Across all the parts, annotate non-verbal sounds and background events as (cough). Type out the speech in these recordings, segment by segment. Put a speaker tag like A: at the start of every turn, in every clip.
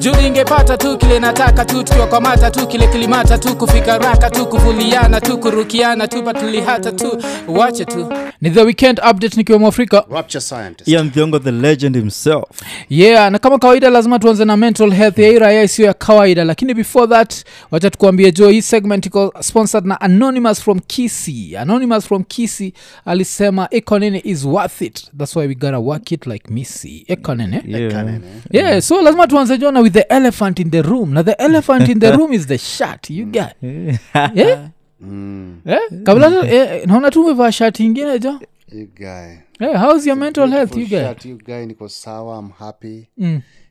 A: juu ningepata tu kile nataka tu tukiwakwamata tu kile kilimata tu kufika raka tu kuvuliana tu kurukiana tu patulihata tu wache tu ni the weekend update nikiwa mwafrika
B: Rapture scientist.
C: ian thiongo the legend himself
A: yeah na kama kawaida lazima tuanze na mental health ya hii raia isiyo ya kawaida lakini before that wacha tukuambie jo hii segment iko sponsored na anonymous from kisi anonymous from kisi alisema ekonene is worth it thats why we gotta work it like missy ekonene
C: yeah.
A: yeah so lazima tuanze jona with the elephant in the room na the elephant (laughs) in the room is the shat you get Mm. yeah?
B: (laughs) Mm.
A: yeah? kabla eh, naona tu umevaa shati ingine jo
B: You guy.
A: yeah, how's your mental health you Mm.
B: Beautiful
A: get
B: shirt, you guy niko sawa i'm happy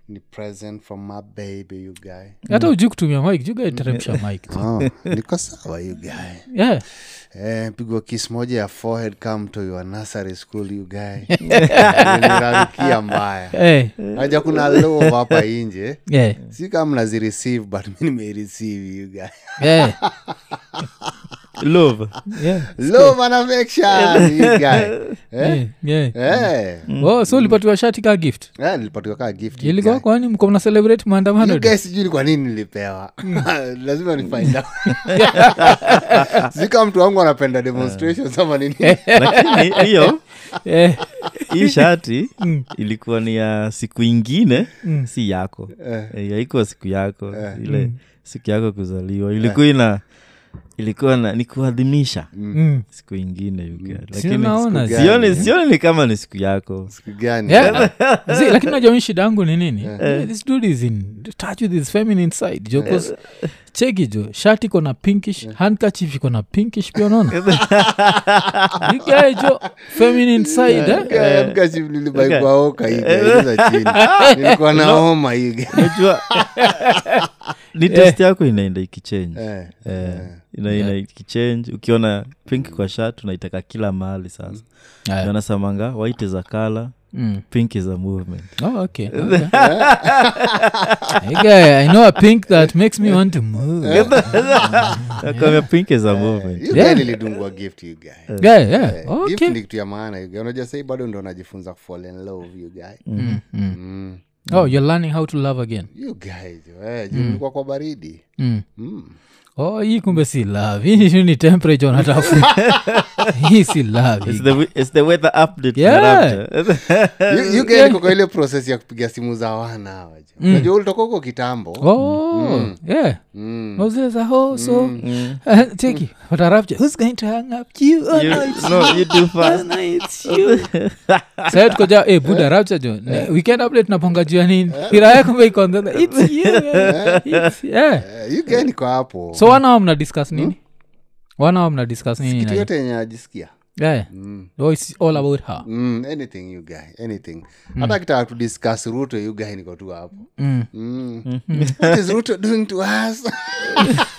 B: ni present from my baby you guy
A: hata ujuu kutumia mike jugaiteremsha mike
B: oh, (laughs) niko sawa you guy
A: yeah.
B: eh, pigwa kis moja ya forehead come to your nursery school you guy
A: (laughs)
B: nirarukia mbaya
A: hey,
B: naja kuna love hapa inje
A: yeah,
B: si kama mnazireceive but mi nimereceive you guy
A: yeah,
C: love
A: yeah,
B: love and affection you
A: (laughs)
B: guy eh?
A: yeah, yeah.
B: eh.
A: Oh, so ulipatiwa shati kaa gift
B: eh, nilipatiwa kaa gift you guy.
A: ilikuwa kwani mko mna celebrate maandamano
B: You guys sijui ni kwa nini nilipewa
A: Mm.
B: (laughs) lazima nifainda
A: (laughs)
B: sika mtu wangu anapenda demonstrations ama nini
C: lakini hiyo
A: Eh,
C: hii shati ilikuwa ni ya siku ingine si yako Eh, haikuwa siku yako ile siku yako kuzaliwa ilikuwa ina ilikuwa na ni kuadhimisha
A: mm.
C: siku ingine you get.
A: Si
C: Lakini
A: unaona,
C: siku-
B: zi-
C: sioni sioni ni kama ni siku yako
B: Siku gani
A: Yeah. Zi, lakini najua mi shida yangu ni nini Yeah, this dude is in touch with his feminine side jo 'cause cheki jo shati iko na pinkish handkerchief iko na pinkish pia (laughs) unaona You guy jo feminine side eh?
B: kashiulibaibaoka igaiza chini
A: (laughs)
B: nilikuwa na homa hii
C: unajua ni test yako inaenda ikichange
B: Eh,
C: Eh, ina- ina ikichange ukiona pink kwa shat unaitaka kila mahali sasa
A: Aya.
C: anasemanga white is a color
A: Mm.
C: pink is a movement
A: Oh, okay, okay. Hey, guy, I know a pink that makes me want to move.
C: Nakwambia pink is a movement
B: (laughs) You
A: Ah, Yeah. Eh.
B: guy nilidungwa gift you guy
A: Yeah, yeah, okay.
B: gift ni kitu ya maana you guy. unajua sahii bado ndo najifunza ku fall in love you guy
A: Mm, mm.
B: Mm.
A: oh you're learning how to love again
B: you guy jo, eh, juu nilikuwa kwa baridi
A: mm.
B: Mm.
A: oh hii kumbe si love hii ni- ni temperature (laughs) unatafuta hii si love
C: It's the, we- it's the weather update
A: Yeah. (laughs)
C: Rapture.
A: Uh,
B: You- you guy niko kwa ile proses ya kupiga simu za wana hawa jo. unajua ulitoka huko kitambo
A: Mm. Oh, yeah.
B: Mm.
A: Moses, oh, so (laughs) uh, cheki watarapcha who's going to hang up you oh,
C: You-
A: no, it's
C: (laughs) no, you do fast.
A: (laughs) Sasa tukoja eh, buda rapcha jo Ne- weekend update tunaponga juu ya nini iraya kumbe iko on the other. It's you, eh, it's- (laughs) yeah. Hmm?
B: Eh, you guy niko hapo
A: so wanao mna discuss nini wanao mna discuss nini
B: kitu
A: na-
B: yote yenye najisikia
A: yeah. oh, it's all about her
B: mm, anything you guy anything hata kitaka to discuss ruto you guy niko tu hapo
A: Mm.
B: Mm. (laughs) What is ruto doing to us
A: (laughs)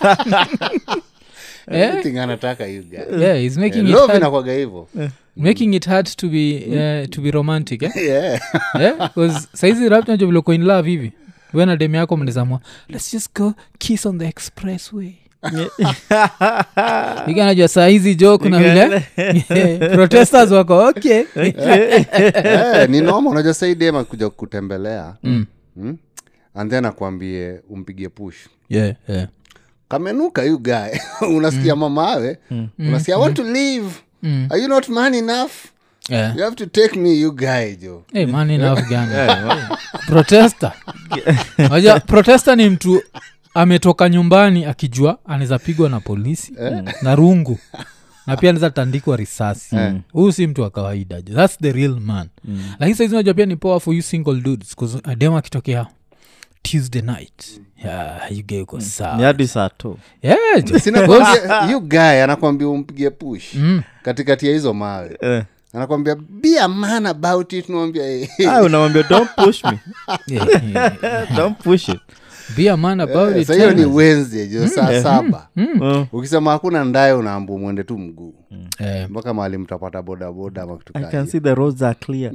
A: Eh?
B: anything anataka you guy Eh,
A: yeah, he's making it
B: love
A: hard-
B: inakwaga hivo
A: Eh. making it hard to be eh, to be romantic (laughs) eh?
B: (laughs) Yeah.
A: yeah? 'Cause saizi rapnajoviloko in love hivi we na demu yako mnezamwa lets just go kiss on the expressway (laughs) iganajua saa hizi jo kuna vile (laughs) protesters wako okay
B: Eh, ni noma unajua saidem akuja kutembelea Mm. and then akuambie umpigie push
A: yeah, yeah.
B: kamenuka you guy (laughs) unasikia
A: Mm.
B: mama awe unasikia i want to leave are you not man enough
A: Yeah.
B: you have to take me you guy jo
A: Hey, Eh, man in
B: Eh,
A: Afghanistan. protester Wajua, protester ni mtu ametoka nyumbani akijua anaweza pigwa na polisi
B: Eh.
A: na rungu na pia anaweza tandikwa risasi
B: Eh.
A: huyu si mtu wa kawaida ju- thats the real man
B: Mm.
A: lakini saizi unajua pia ni poa for you single dudes 'cause adem akitokea tuesday night yeah, you get
B: Mm.
A: uko
C: (laughs) ni
A: sawa
C: hadi saa tu
A: Yeah, ju-
C: (laughs)
B: sinakwambia you guy anakwambia umpigie push
C: Mm.
B: katikati ya hizo mawe
C: Eh.
B: anakwambia be a man about it eh. nawambia
C: (laughs) Ah, unamwambia don't
A: (laughs)
C: push me
A: (laughs)
C: Eh,
A: yeah, yeah.
C: don't push it
A: be a man about it,
B: sa Eh, hiyo ni
A: tell us.
B: wednesday jo saa saba
A: Hmm.
C: Mm.
B: ukisema hakuna ndaye unaambu mwende tu mguu
A: Eh,
B: mpaka mahali mtapata bodaboda ama kitu
C: i
B: kaa hiyo.
C: can see the roads are clear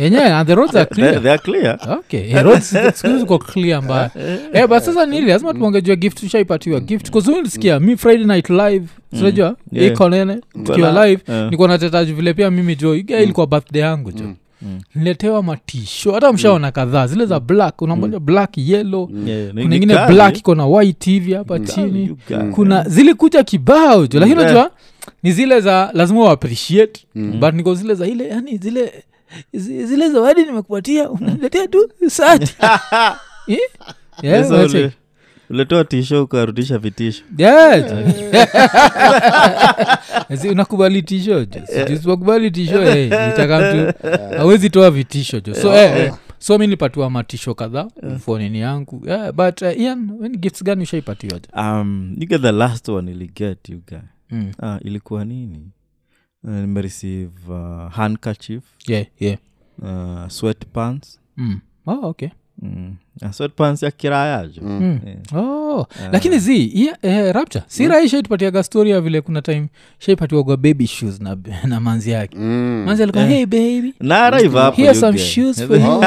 A: yenyewe and the roads
B: (laughs)
A: are
C: they,
A: clear
C: they are clear
A: okay Eh, roads ziko- siku hizi ziko clear
C: (laughs)
A: mbaya Eh, but sasa nili lazima tuongejua gift ushaipatiwa
C: Mm.
A: gift kuzulisikia mi friday night live sinajua
C: yeah.
A: ikonene tukiwa
C: Voilà. Mm.
A: live
C: Eh.
A: nikuwa natetaji vile pia mimi jo iga ilikuwa birthday yangu jo
C: Mm.
A: niletewa matisho hata mshaona kadhaa zile za black unamoja black yellow
C: Yeah, Mm. ni-
A: kuna
C: ni
A: ingine
C: kali. Mm.
A: black iko na white hivi hapa
C: Kali, you
A: chini
C: kali.
A: kuna Eh, zilikuja kibao jo lakini
C: Mhm. Mm.
A: unajua ni zile za lazima uappreciate but niko zile za ile yani zile zi- zile zawadi nimekupatia unaniletea tu sati Eh? Yeah,
C: Sasa
A: unacheki.
C: ule- uletoa tisho ukarudisha vitisho
A: Yeah. (laughs) Zi- unakubali tisho jo sijusiwakubali tisho eh, itakam tu awezi toa vitisho jo so eh, eh, so mi nilipatiwa matisho kadhaa fonini yangu yeah, but uh, ian wen gifts gani ushaipatiwa jo
C: um, you get the last one iliget you guy
A: mm.
C: ah, ilikuwa nini uh, nimereceive uh, handkerchief
A: yeah, yeah.
C: uh, sweat pants
A: mm. oh, okay
C: mm. uh, sweat pants ya kirayajo
A: mm. oh. lakini zi yeah, eh, rapture si rahi shaitupatiaga story ya vile kuna time shaipatiwagwa baby shoes na, (laughs) na manzi yake
C: (laughs)
B: Mm.
A: manzi alikuwa hey baby
C: naraiva hapo
A: Here are
C: you
A: some
C: guy.
A: shoes for you.
B: Oh,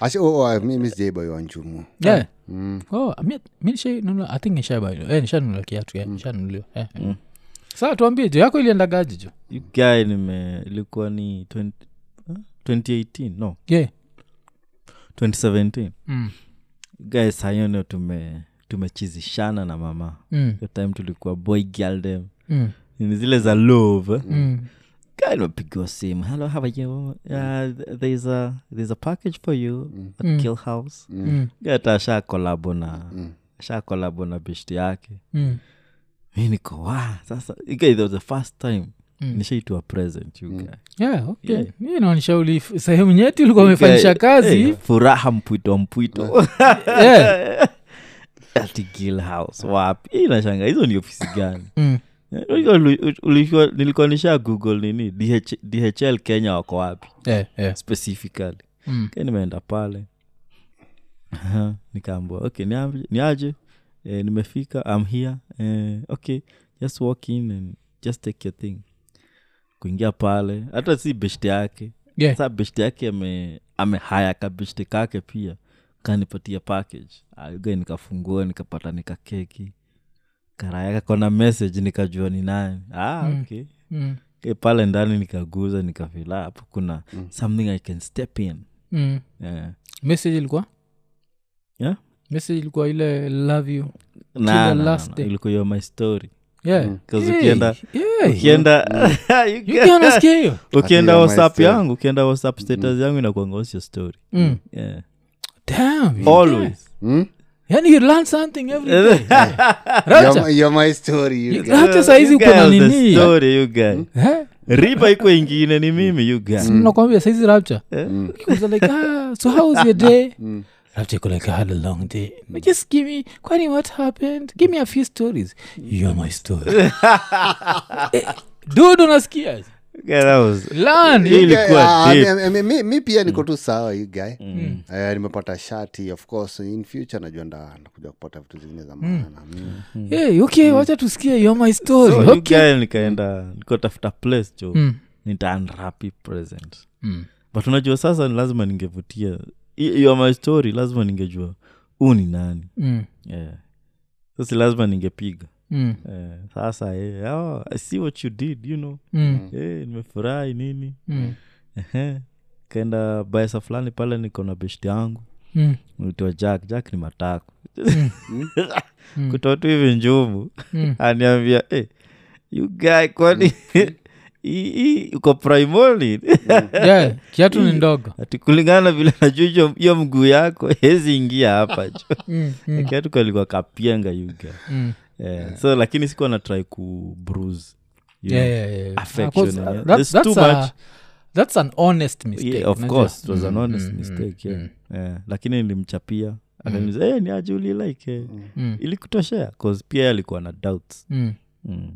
B: asi- oh, oh, mi- mi sijaiboiwa nchumu
A: yeah.
B: Mm.
A: Oh, mi mi nishainunua- I think nishabainua. Eh, nishanunua kiatu eh, nishanunuliwa, eh. Sawa, tuambie jo yako iliendagaji jo
C: (laughs) You guy nime ilikuwa ni 20, huh? 2018 no
A: yeah.
C: 2017
A: mm.
C: guy sayonio tume tumechizishana na mama
A: Mm.
C: hiyo time tulikuwa boy girl dem
A: Mm.
C: ni zile za love eh?
A: Mm.
C: guy nimepigiwa simu hello how are you uh, there's a there's a package for you at kill house
A: Mm.
C: guy hata ashakolabo na ashakolabo na beshti yake
A: Mm.
C: mi niko wa sasa guy, that was the first time
A: Mm.
C: nishaitwa present you guy
A: Yeah, okay. Mi inaonyesha uli sehemu nyeti ulikuwa umefanyisha
C: Eh,
A: kazi
C: eh, furaha mpwito mpwito (laughs)
A: Eh. (laughs) yeah.
C: ati Gill house wapi Hii inashanga hizo ni ofisi gani
A: mm.
C: Eh, unajua uli- ulikuwa- nilikuwa nisha google nini DH, dhl kenya wako wapi
A: yeah, yeah.
C: specifically
A: Mm.
C: Kaya nimeenda pale Aha, nikaambua okay niambi- niaje eh, nimefika am here eh, okay just walk in and just take your thing kuingia pale hata si beshte yake
A: Yeah.
C: sa beshte yake ame amehaya kabeshte kake pia kanipatia package aga nikafungua nikapata nika keki karayaka kona message nikajua ni nani ah, okay.
A: Mm.
C: Ke Eh, pale ndani nikaguza nikafila hapo kuna something i can step in
A: Mm.
C: Eh,
A: message ilikuwa
C: yeah?
A: message ilikuwa ile love you the
C: Na, na, na,
A: last
C: na,
A: day.
C: ilikuwa hiyo my story
A: yeah.
C: Mm. 'Cause
A: Hey,
C: ukienda-
A: yeah.
C: (laughs) ukienda
A: Eh, You can't ask you.
C: (laughs) ukienda
B: Ati hiyo my
C: whatsapp
B: story.
C: yangu ukienda whatsapp status yangu inakuangaosio story
A: Mm.
C: yeah.
A: Damn, you-
C: always
B: Mm?
A: yani you learn something every
C: (laughs)
A: day. Rapture.
B: You're my- you're my story, you guy.
A: Hata saa hizi
C: You
A: uko
C: guys
A: na
C: the
A: nini?
C: story, you guys.
A: Eh?
C: riba iko ingine ni mimi you guys.
A: nakwambia saizi rapture
C: Eh?
A: Because like ah, so how was your
C: (laughs)
A: day
C: Mm.
A: rapture iko like i had a long day But just give me kwani what happened give me a few stories you're my story
C: (laughs)
A: Eh, dude unasikia
C: Yeah, that was-
A: lan
C: Hii
B: Yeah,
C: ilikuwa
B: ah,
C: deep.
B: mi- mi- mi- mi pia niko tu sawa you guy Eh, nimepata shati of course in future najua nda- ndakuja kupata vitu zingine
C: Hmm.
B: za maana
C: (laughs)
B: Mm.
A: hey, okay wacha tusikie you're my story
C: So,
A: okay.
C: you guys nikaenda nikotafuta place jo
A: Mm.
C: nitaanrapi present
A: Mm.
C: but unajua sasa ni lazima ningevutia hiyo my story lazima ningejua huu ni nani
A: Mm.
C: yeah. sasi lazima ningepiga
A: Mm.
C: Eh, sasa eh, oh, i see what you did you know
A: Mm.
C: Eh, nimefurahi nini
A: Mm.
C: Ehe. kaenda baesa fulani pale niko na beshti yangu
A: Mm.
C: naitwa jack jack ni matako (laughs) kutoa tu hivi njumu
A: mm.
C: aniambia eh, you guy kwani hii- hii uko primoli
A: yeah kiatu ni ndogo
C: (laughs) ati kulingana vile najua hiyo mguu yako hezi ingia hapa (laughs) jo
A: Mm. Mm.
C: kiatu kalikuwa kapianga yuga
A: Mm.
C: yeah. so lakini sikuwa na try ku bruise you
A: Yeah,
C: know.
A: yeah, yeah.
C: Affection,
A: Of course,
C: yeah.
A: uh, that-
C: It's
A: that's
C: too
A: a-
C: much.
A: that's an honest mistake
C: Yeah, of
A: unajua. Mm,
C: course it was an honest mistake yeah. Yeah. lakini nilimchapia akaniuliza hey, ni aje ulilike
A: Mm.
C: ilikutoshea cause pia yeye alikuwa na doubts
A: Mm.
C: mm.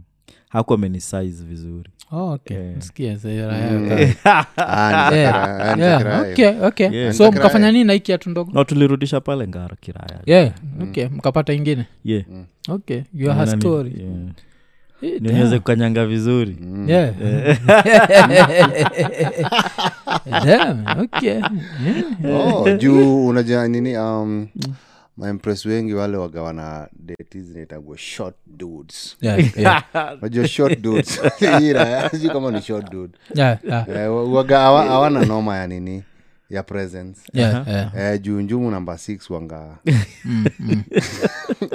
C: hakuwa amenisize vizuri
A: Oh, okay. Nisikie,
C: Mm. (laughs)
A: sasa,
B: Ah,
A: yeah.
B: (laughs) nitakarai- ah,
A: Yeah,
B: nitakarai.
A: okay, okay.
C: Yeah. Mm.
A: so mkafanya nini na hii kiatu ndogo
C: na tulirudisha pale ngara kiraya
A: yeah okay mkapata ingine
C: yeah.
A: okay you are her
C: Nani-
A: story Mm.
C: yeah.
A: Eh,
C: Ndio niweze kukanyanga vizuri
A: yeah.
C: Mm.
A: (laughs) Damn, okay. Yeah.
B: Oh, juu unajua nini um, maempres wengi wale wagawana deti zinaitagwa short dudes
A: Yeah,
C: (laughs)
A: yeah,
B: najua short dudes Ira, sijui kama ni short dude
A: yeah, yeah,
B: Eh, wa- waga hawa- hawana noma ya nini ya presence
C: Uh-huh.
A: yeah, yeah.
B: eh, juu njumu namba 6 wanga
A: (laughs)
C: (laughs)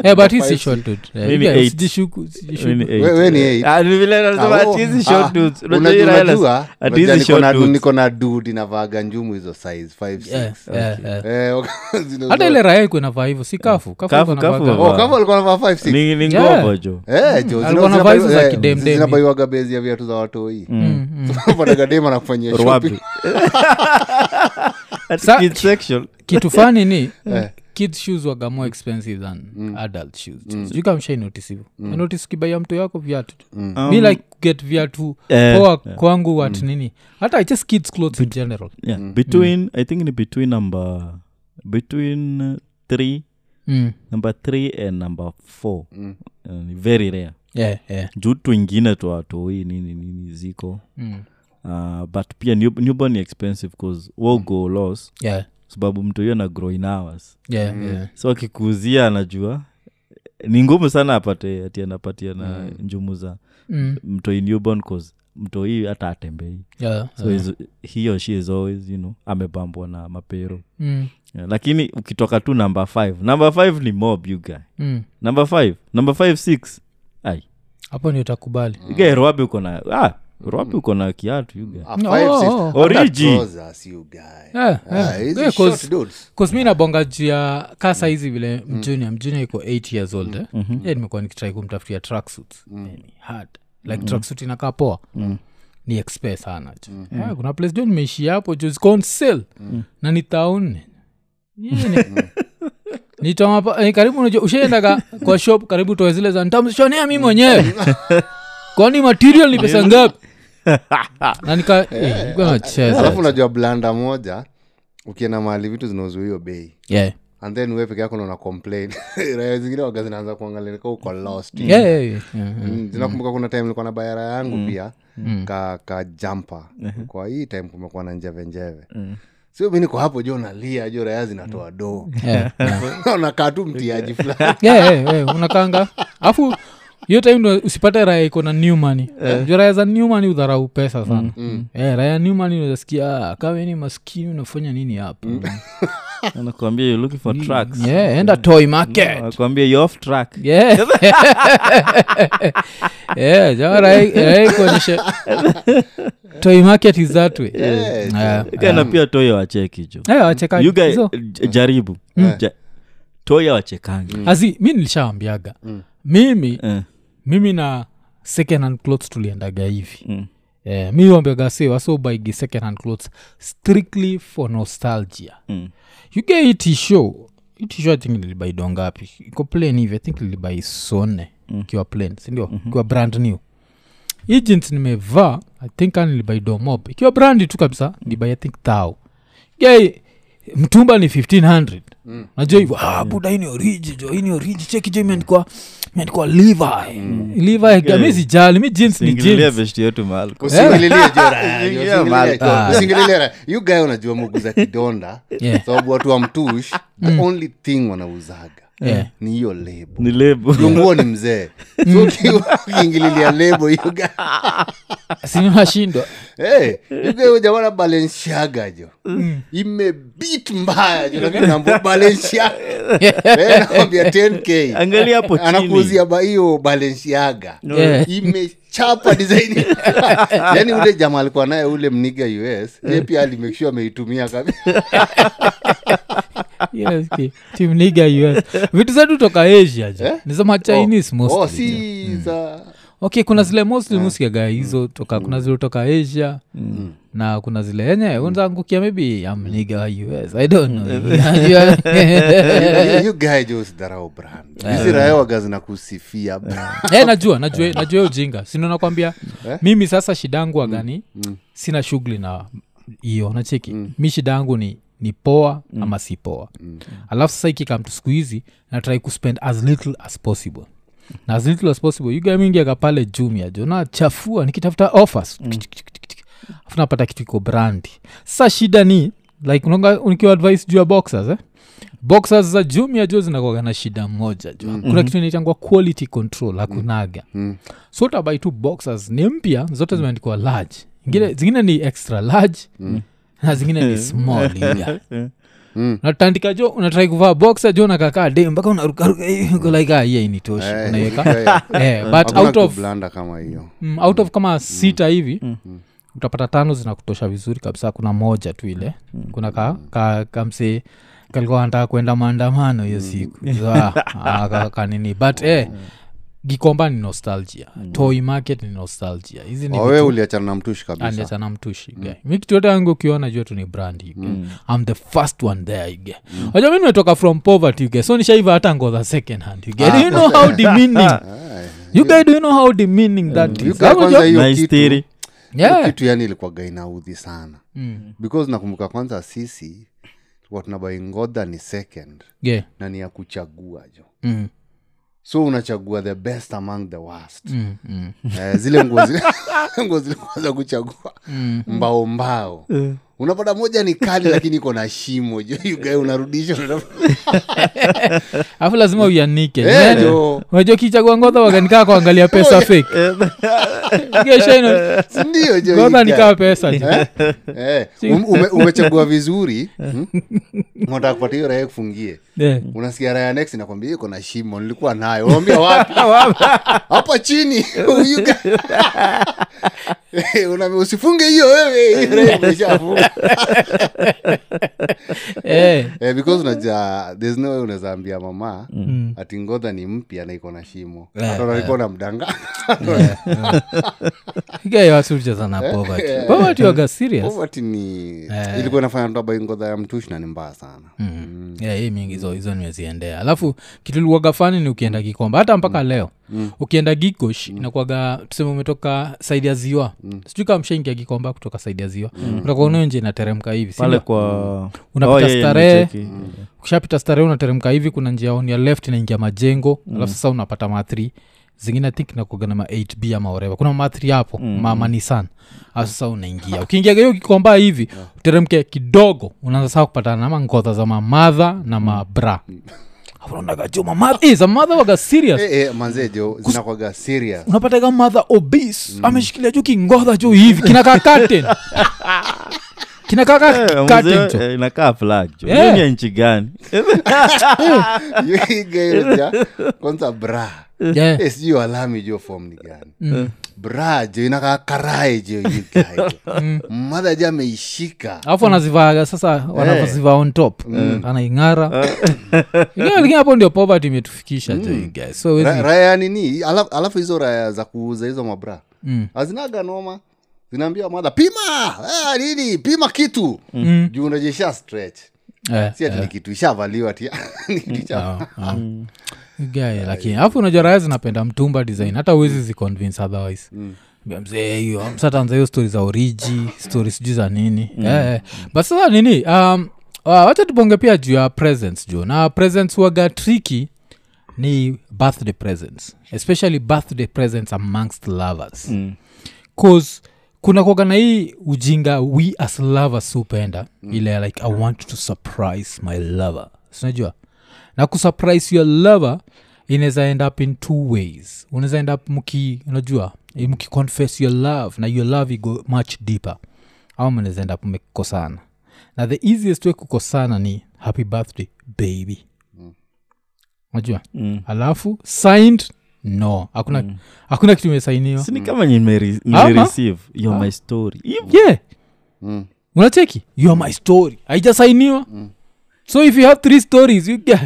A: Eh, but hii si short dude. Eh,
C: Mimi
A: you guys,
C: eight.
A: sijishuku- sijishuku.
C: Mimi eight.
B: We- we ni eight.
C: Ah, ni vile anasema
B: Ah,
C: ati hizi
B: oh,
C: short
B: ah,
C: dudes.
B: una-
C: Unajua ila ela-
B: unajua,
C: ati
B: unajua
C: hizi
B: niko
C: short
B: na-
C: dudes.
B: niko na dud inavaaga njumu hizo size five, six.
A: Yeah, yeah, yeah.
B: Eh, (laughs) waka- zina-
A: hata ile raya ikunavaa hivyo si kafu Kafu
C: Mm. Kafu,
A: iko navaa
C: kafu.
A: kafu.
B: Oh, kama walikuwa navaa five, six.
C: Ni- ni
A: Yeah.
C: ngovo jo
B: Eh, jo,
A: Mm. Alikuwa
B: zina-
A: na
B: zina-
A: vibes za
B: eh,
A: kidemdemi.
B: zinabaiwaga bezi ya viatu za watoi (laughs)
A: Mm, mm.
B: panagadem anakufanyia
C: Rwabi. (laughs)
B: shopping.
C: Ati
A: Sa-
C: kid section.
A: kitu fani ni
B: Eh,
A: kids shoes waga more expensive than
C: Mm.
A: adult shoes sijui kama mshainotice hivo notice ukibaia mtu yako viatu
C: Um,
A: mi like get viatu
C: eh,
A: poa kwangu
C: Mm.
A: wat nini hata just kids clothes in general
C: yeah, between i think ni between number between uh, three
A: mm.
C: number three and number four Uh, ni very rare
A: yeah, yeah.
C: juu twingine twatoi nini nini ziko
A: Mm.
C: uh, but pia new, newborn ni expensive cause wogo loss
A: yeah.
C: sababu mtu hiyo na growing hours
A: yeah, yeah.
C: so akikuuzia anajua ni ngumu sana apate ati anapatia na mm. njumu za
A: Mm.
C: mtoi newborn cause mtoi hata atembei
A: yeah.
C: so is, he or she is always you know amebambwa na mapero
A: Mm.
C: yeah, lakini ukitoka tu number five number five ni mob you guy
A: Mm.
C: number five number five six ai
A: hapo ni utakubali
C: you guy roabi uko na ah, roabi uko na kiatu you guy
B: Ah,
A: No,
B: five,
A: oh,
B: six.
A: oh.
B: Hata
C: Origi.
B: trousers, you guy.
A: Yeah,
B: Ah,
A: yeah.
B: hizi
A: Yeah, 'cause-
B: short dudes.
A: kasmi nabonga juu ya ka saizi vile mjunia mjunia iko 8 years old eh? Mm. mm-hmm. yeah, nimekuwa nikitrai kumtafutia tracksuit mm. yeah, ni hard like mm-hmm. tracksuit inakaa poa mm ni expe sana ju mm-hmm. yeah, kuna place jo nimeishia hapo ju ziko on sale mm. na ni taunne (laughs) nitamapa eh, karibu unajua (laughs) ushaendaga kwa shop karibu toe zile za ntamshonea mi (laughs) mwenyewe kwani material ni pesa (laughs) ngapi na nika eh, nikuwa nacheza
B: alafu unajua blanda moja ukienda mahali vitu zinazuio bei
A: yeah.
B: and then we peke yako naona complain (laughs) raya zingine waga zinaanza kuangalia nika uko lost
A: Yeah, yeah, yeah. Yeah, yeah.
B: Mm, zinakumbuka kuna time nilikuwa na bayara yangu
A: Mm.
B: pia ka, ka jampa kwa hii time kumekuwa na njevenjeve
A: Mm.
B: sio mi niko hapo jo nalia jo raya zinatoa
A: (laughs)
B: doo
A: Yeah, yeah.
B: (laughs) unakaa tu mtiaji
A: (laughs)
B: fulani (laughs)
A: yeah, yeah, yeah, unakanga alafu hiyo time ndo usipate raya iko na new money
B: Eh.
A: Juu raya za new money udharau pesa
B: Mm,
A: sana Eh, raya ya new money "Ah, unazasikia kaweni maskini unafanya nini hapa
B: Mm.
C: anakuambia you looking for tracks
A: yeah, enda toy market
B: Mm.
C: anakuambia you off track
A: Yeah.
B: (laughs)
A: (laughs) Yeah, jamaa raya- raya ikuonyeshe toy market is that way
B: Yeah,
A: Yeah.
C: kana pia toya wacheki jo
A: Eh, wacheka
C: you guy
A: hizo.
C: j- jaribu ja, toya wachekangi
B: Mm.
A: Azi, mi nilishawambiaga mimi
C: Eh.
A: mimi na second hand clothes tuliendaga hivi
C: Mm.
A: Eh, mi wambiaga se wasobaigi second hand clothes strictly for nostalgia
C: Mm.
A: you get hii tisho hii tisho i think nilibai dongapi iko plain hivi i think nilibai sone ikiwa plain sindio ikiwa brand new hii jeans nimevaa i think ka nilibai domob ikiwa brandi tu kabisa nilibai i think tao ge mtumba ni 1500 mm. najua hivyo ah, buda hii ni oriji jo hii ni oriji cheki jo imeandikwa imeandikwa levi levi
C: Okay.
A: mi sijali mi jeans ni
C: singililia
A: jeans (laughs)
C: vesti yetu mahali kwa-
B: usingililie jo raya, jo,
C: Usingililie
B: usingililie jo.
C: malta.
B: Usingililie raya. you guy unajua muguza kidonda
A: Ah. Yeah. Mm.
B: sababu watu wa mtush the only thing wanauzaga
A: Yeah.
B: ni hiyo lebo
C: ni lebo
B: yonguo ni mzee so
A: Mm.
B: uki- ukiingililia lebo yuga
A: sinashindwa
B: jamana balenshaga jo
A: Mm.
B: imebit mbaya jo lakini naambia balenshaga
A: (laughs)
B: Eh, nakwambia 10k
C: angalia hapo chini
B: anakuuzia ba- hiyo balenshaga
A: (laughs) Yeah. (laughs)
B: imechapa design yani ule jama alikuwa naye ule mniga us
A: Eh.
B: ye pia alimekshua ameitumia kabisa
A: Eh, yes, ki- team niga us vitu zetu toka asia je nisema (laughs) chinese
B: Eh? oh,
A: mostly Mm. jo. (laughs)
B: si Eh. za
A: okay kuna zile mostly musikiaga hizo
B: Mm.
A: toka kuna zile toka asia na kuna zile
B: Mm.
A: yenye unzangukia maybe amniga us i don't
B: (laughs)
A: (laughs) know
B: you guy jo usidharau brand hizi raia waga zinakusifia brand
A: (laughs) Eh, najua najua najua hiyo ujinga sino nakwambia mimi sasa shida yangu agani sina shughuli na hiyo nacheki mi shida yangu ni ni poa ama si poa alafu sasa ikikam tu siku hizi natrai kuspend as little as possible na as little as possible yuga mingiaga pale jumia jo nachafua nikitafuta offers afu napata kitu iko brandi sasa shida ni like unaonga- unikiwa advice juu ya boxers eh? boxers za jumia jo zinakuaga na shida moja jo mm. kuna kitu inaitangwa quality control akunaga
B: Mm-hmm. Mm.
A: so utabai tu boxers ni mpya zote zimeandikwa large ingine,
B: Mm.
A: zingine ni extra large na zingine ni
B: (laughs)
A: small yeah.
B: Mm.
A: natandika jo unatrai kuvaa boxer jo nakaka de mpaka unarukaruka (laughs) hivi, uko like ah, hii hainitoshi
B: Eh, (laughs)
A: unaiweka
B: yeah.
A: Eh, but
B: Hakuna
A: out of,
B: kublanda kama hiyo
A: mm, out of kama sita hivi utapata tano zinakutosha vizuri kabisa kuna moja tu ile kuna ka, ka, kamse kalikuwa anataka kwenda maandamano hiyo siku (laughs) Za, ah, ka- kanini but eh, gikomba ni nostalgia toy market ni nostalgia hizi ni
B: wawe Oh, uliachana na mtushi kabisa
A: aniachana mtushi Oh, mm. mi kitu yote yangu ukiona jua tu ni brand ige am the first one there ige mm. mi nimetoka from poverty ige so nishaiva hata ngodha second hand ige do you know (laughs) how demeaning you guy do you know how demeaning that
B: You
A: is
B: guy
A: Hapo
B: kwanza
A: jo-
B: hiyo
C: Nice
B: kitu-
C: theory.
B: hiyo
A: yeah.
B: kitu yani ilikuwa gainaudhi sana
A: Eh. Mm.
B: because nakumbuka kwanza sisi tulikuwa tunabai ngodha ni second
A: yeah.
B: na ni ya kuchagua jo
A: mm.
B: so unachagua the best among the worst
A: Mm, mm.
B: eh, zile nguo zile (laughs) nguo zilikuwa za kuchagua
A: Mm.
B: mbao mbao
A: Eh.
B: unapata moja ni
A: (laughs)
B: kali lakini iko na shimo jo you guy unarudisha unatafuta-
A: alafu lazima uianike
B: Eh,
A: Yaani,
B: jo.
A: unajua kichagua ngodha wakanikaa kuangalia pesa fake Kesho
B: (laughs)
A: ino-
B: Si ndio jo you
A: ngodha
B: guy?
A: nikaa pesa
B: (laughs)
A: tu.
B: Eh,
A: (laughs)
B: um- ume- umechagua vizuri hmm? unataka kupata hiyo raha kufungie
A: Yeah.
B: Mm. unasikia raya next inakwambia iko na shimo nilikuwa nayo unaambia wapi hapa chini (laughs) Huyu ga- Eh, unaambia usifunge hiyo wewe hiyo raya imeshafunga.
A: Eh.
B: Eh, because unajua there's no way unaweza ambia mama ati ngodha ni mpya na iko na shimo hata unalikuwa na mdanga
A: Guy, watu hucheza na poverty. Poverty waga serious.
B: ati ni ilikuwa inafanya mtu abai ngodha ya mtushi na ni mbaya sana
A: Yeah, hii mingi hizo hizo nimeziendea alafu kitu liwaga fani ni ukienda gikomba hata mpaka leo ukienda gikosh inakuaga tuseme umetoka saidi ya ziwa sijui kama mshaingia gikomba kutoka saidi ya ziwa utakuwa unayo nje inateremka hivi si
C: pale
A: ndio? Mm.
C: kwa Oh,
A: Unapita
C: yeah, yeah,
A: starehe.
C: nimecheki.
A: Mm. ukishapita starehe unateremka hivi kuna njia on ya left inaingia majengo mm. alafu sasa unapata ma3 zingine I think nakuaga na ma 8b ama oreva kuna ma3 hapo mm. mamanisan alafu sasa unaingia ukiingia hiyo kikomba hivi uteremke kidogo unaanza saa kupatana na mangodha za mamadha na mabra unaonagajumamazamadha waga serious
B: Eh, eh, manze jo
A: (laughs)
B: zinakwaga serious
A: unapataga madha obis ameshikilia juu kingodha juu hivi kinakaa curtain. kinakaa
C: Eh,
A: curtain
C: mzee,
A: tu.
C: eh, inakaa flag jo.
A: Yeah.
C: Hiyo ni ya nchi gani Eh,
B: Yoiga kwanza bra
A: Yeah.
B: Eh, sijui walami jo fom ni gani
A: Mm.
B: bra jo inakaa karae jo
A: (laughs) Mm.
B: madha jo ameishika
A: alafu wanazivaaga sasa wanazivaa on top anaing'ara (laughs) lakini hapo ndio poverty imetufikisha jo you guys. so
B: Ra-
A: wezi
B: raya ya nini Ala- alafu hizo raya za kuuza hizo mabra
A: Mm.
B: hazinaga noma zinaambia madha pima ah, nini pima kitu juu unajesha stretch
A: Mm. eh,
B: si ati ni kitu ishavaliwa ti (laughs) Ni kitu isha-
A: ah, ah. You guys, lakini alafu unajua raya zinapenda mtumba design hata uwezi ziconvince otherwise Mbia, mzee hiyo msatanza hiyo stori za oriji stori sijui za nini Eh, eh. but sasa nini um, uh, wacha tubonge pia juu ya presents juu na presents waga triki ni birthday presents especially birthday presents amongst lovers mm. cause kuna kuaga na hii ujinga we as lovers supenda mm. ile like i want to surprise my lover sinajua na kusurprise your lover inaweza end up in two ways unaweza end up mki unajua eh, mkiconfess your love na your love igo much deeper au mnaweza end up mmekukosana na the easiest way kukosana ni happy birthday baby unajua mm. alafu signed no hakuna, mm. hakuna kitu imesainiwa
C: sini kama nimeri-
A: Mm. Ama? Ah.
C: nimereceive your my story Hivi.
A: yeah unacheki you are my story haijasainiwa so if you have three stories you get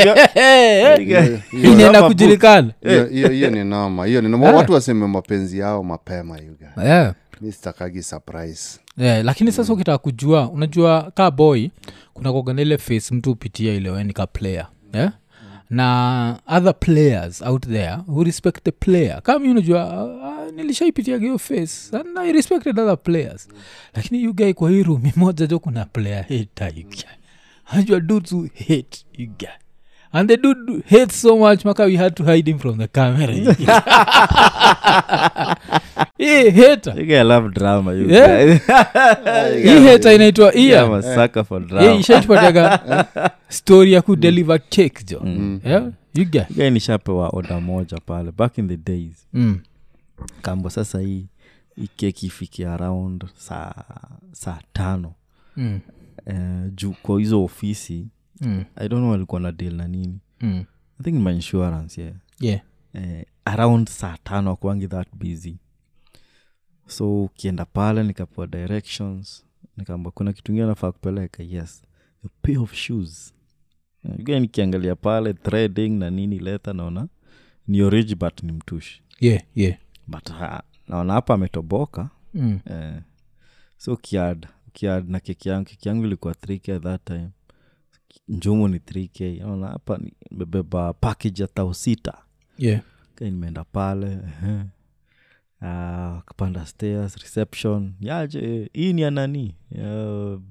A: (laughs)
C: (laughs)
A: inaenda
C: Kama
A: kujulikana
B: Hiyo- hiyo hiyo ni noma hiyo ni
A: Eh.
B: noma watu waseme mapenzi yao mapema yuga
A: yeah.
B: mi sitakagi surprise
A: yeah, lakini sasa ukitaka kujua unajua ka boy kuna kuagana ile face mtu upitia ileweni ka player yeah? na other players out there who respect the player kama mi unajua uh, nilishaipitia hiyo face and i respected other players lakini you guy kwa hii (laughs) rumi moja jo kuna player hater you guy. unajua dudes who hate you guy and the dude hates so much maka we had to hide him from the (laughs) camera He hater.
C: You guys love drama, you (laughs)
A: Yeah.
C: guys.
A: Hii hater inaitwa
C: Yeah, I'm
A: ia
C: a sucker for drama.
A: yeah, (laughs) ishaitupatiaga story ya kudeliver cake jo yeah? you get
C: You guys nishapewa oda moja pale back in the days
A: mm.
C: kambo sasa hii hii keki ifikia around saa saa tano
A: Mm.
C: Eh, juu kwa hizo ofisi
A: Mm.
C: i don't know alikuwa na deal na nini
A: Mm.
C: i think my insurance yeah
A: yeah
C: eh, around saa tano akwangi that busy so ukienda pale nikapewa directions nikaamba kuna kitu ingine nafaa kupeleka yes a pair of shoes Eh, again nikiangalia pale threading na nini leta naona ni origi but ni mtushi
A: yeah yeah
C: but ha, naona hapa ametoboka
A: mm.
C: eh, so kiad kiad na keki yangu keki yangu ilikuwa 3k that time njumu ni 3k naona hapa ni- nimebeba package ya thao sita
A: yeah
C: Ka nimeenda pale ehe. Ah, kapanda stairs reception yaje hii ni ya nani Ya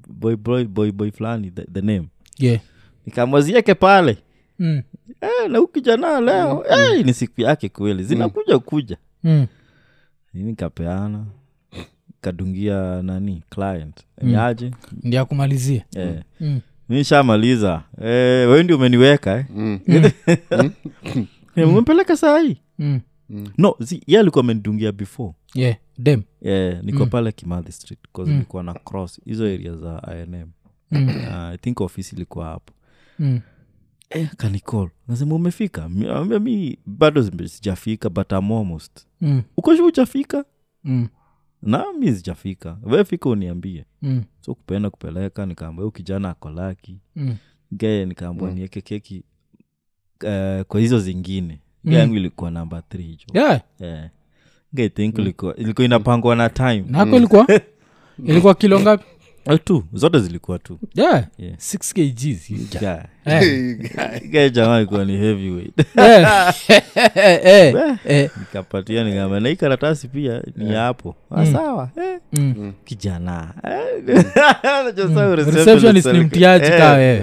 C: boy, boy, boy, boy fulani the, the name
A: yeah
C: nikamwazieke pale
A: mm.
C: eh, na huyu kijana leo
B: Mm-hmm.
C: eh, ni siku yake kweli zinakuja kuja
A: Mm.
C: nikapeana kadungia nani client
B: Mm.
C: yaje
A: ndi akumalizia
C: eh.
A: Mm.
C: mi shamaliza eh, wewe ndio umeniweka eh.
B: Mm.
C: (laughs) Eh, umempeleka saa hii
A: Mm.
C: no zi, ye alikuwa amenidungia before
A: yeah dem
C: yeah, niko
A: Mm.
C: pale kimathi street bcause nilikuwa na cross hizo area za inm
A: Mm.
C: Ah, i think ofisi ilikuwa hapo
A: mm.
C: eh, kanicall nasema umefika Mi- naambia mi bado zime- sijafika but am almost
A: Mm.
C: uko shu ujafika
A: Mm.
C: na mi sijafika wefika uniambie
A: Mm.
C: so kupenda kupeleka nikaambia huyu kijana ako laki
A: Mm.
C: gae nikaambua nieke keki eh, kwa hizo zingine
A: Mm.
C: gae yangu ilikuwa namba th hicho
A: yeah
C: Eh. Gae
A: Mm.
C: think ilikuwa ilikuwa inapangwa na time
A: nako (laughs) ilikuwa ilikuwa kilo ngapi
C: Eh, tu zote zilikuwa tu
A: yeah
C: Yeah.
A: 6 kgs you get.
C: Yeah.
A: Eh,
B: (laughs)
C: Guy jamaa alikuwa ni heavyweight (laughs)
A: eh, (laughs) eh, eh,
C: nikapatia nikamba na hii karatasi pia ni ya hapo Ah, sawa eh.
A: mm.
C: kijana Eh. (laughs) Unajua sasa
A: receptionist ni
C: receptionist-
A: mtiaji
C: Eh,
A: kaa wewe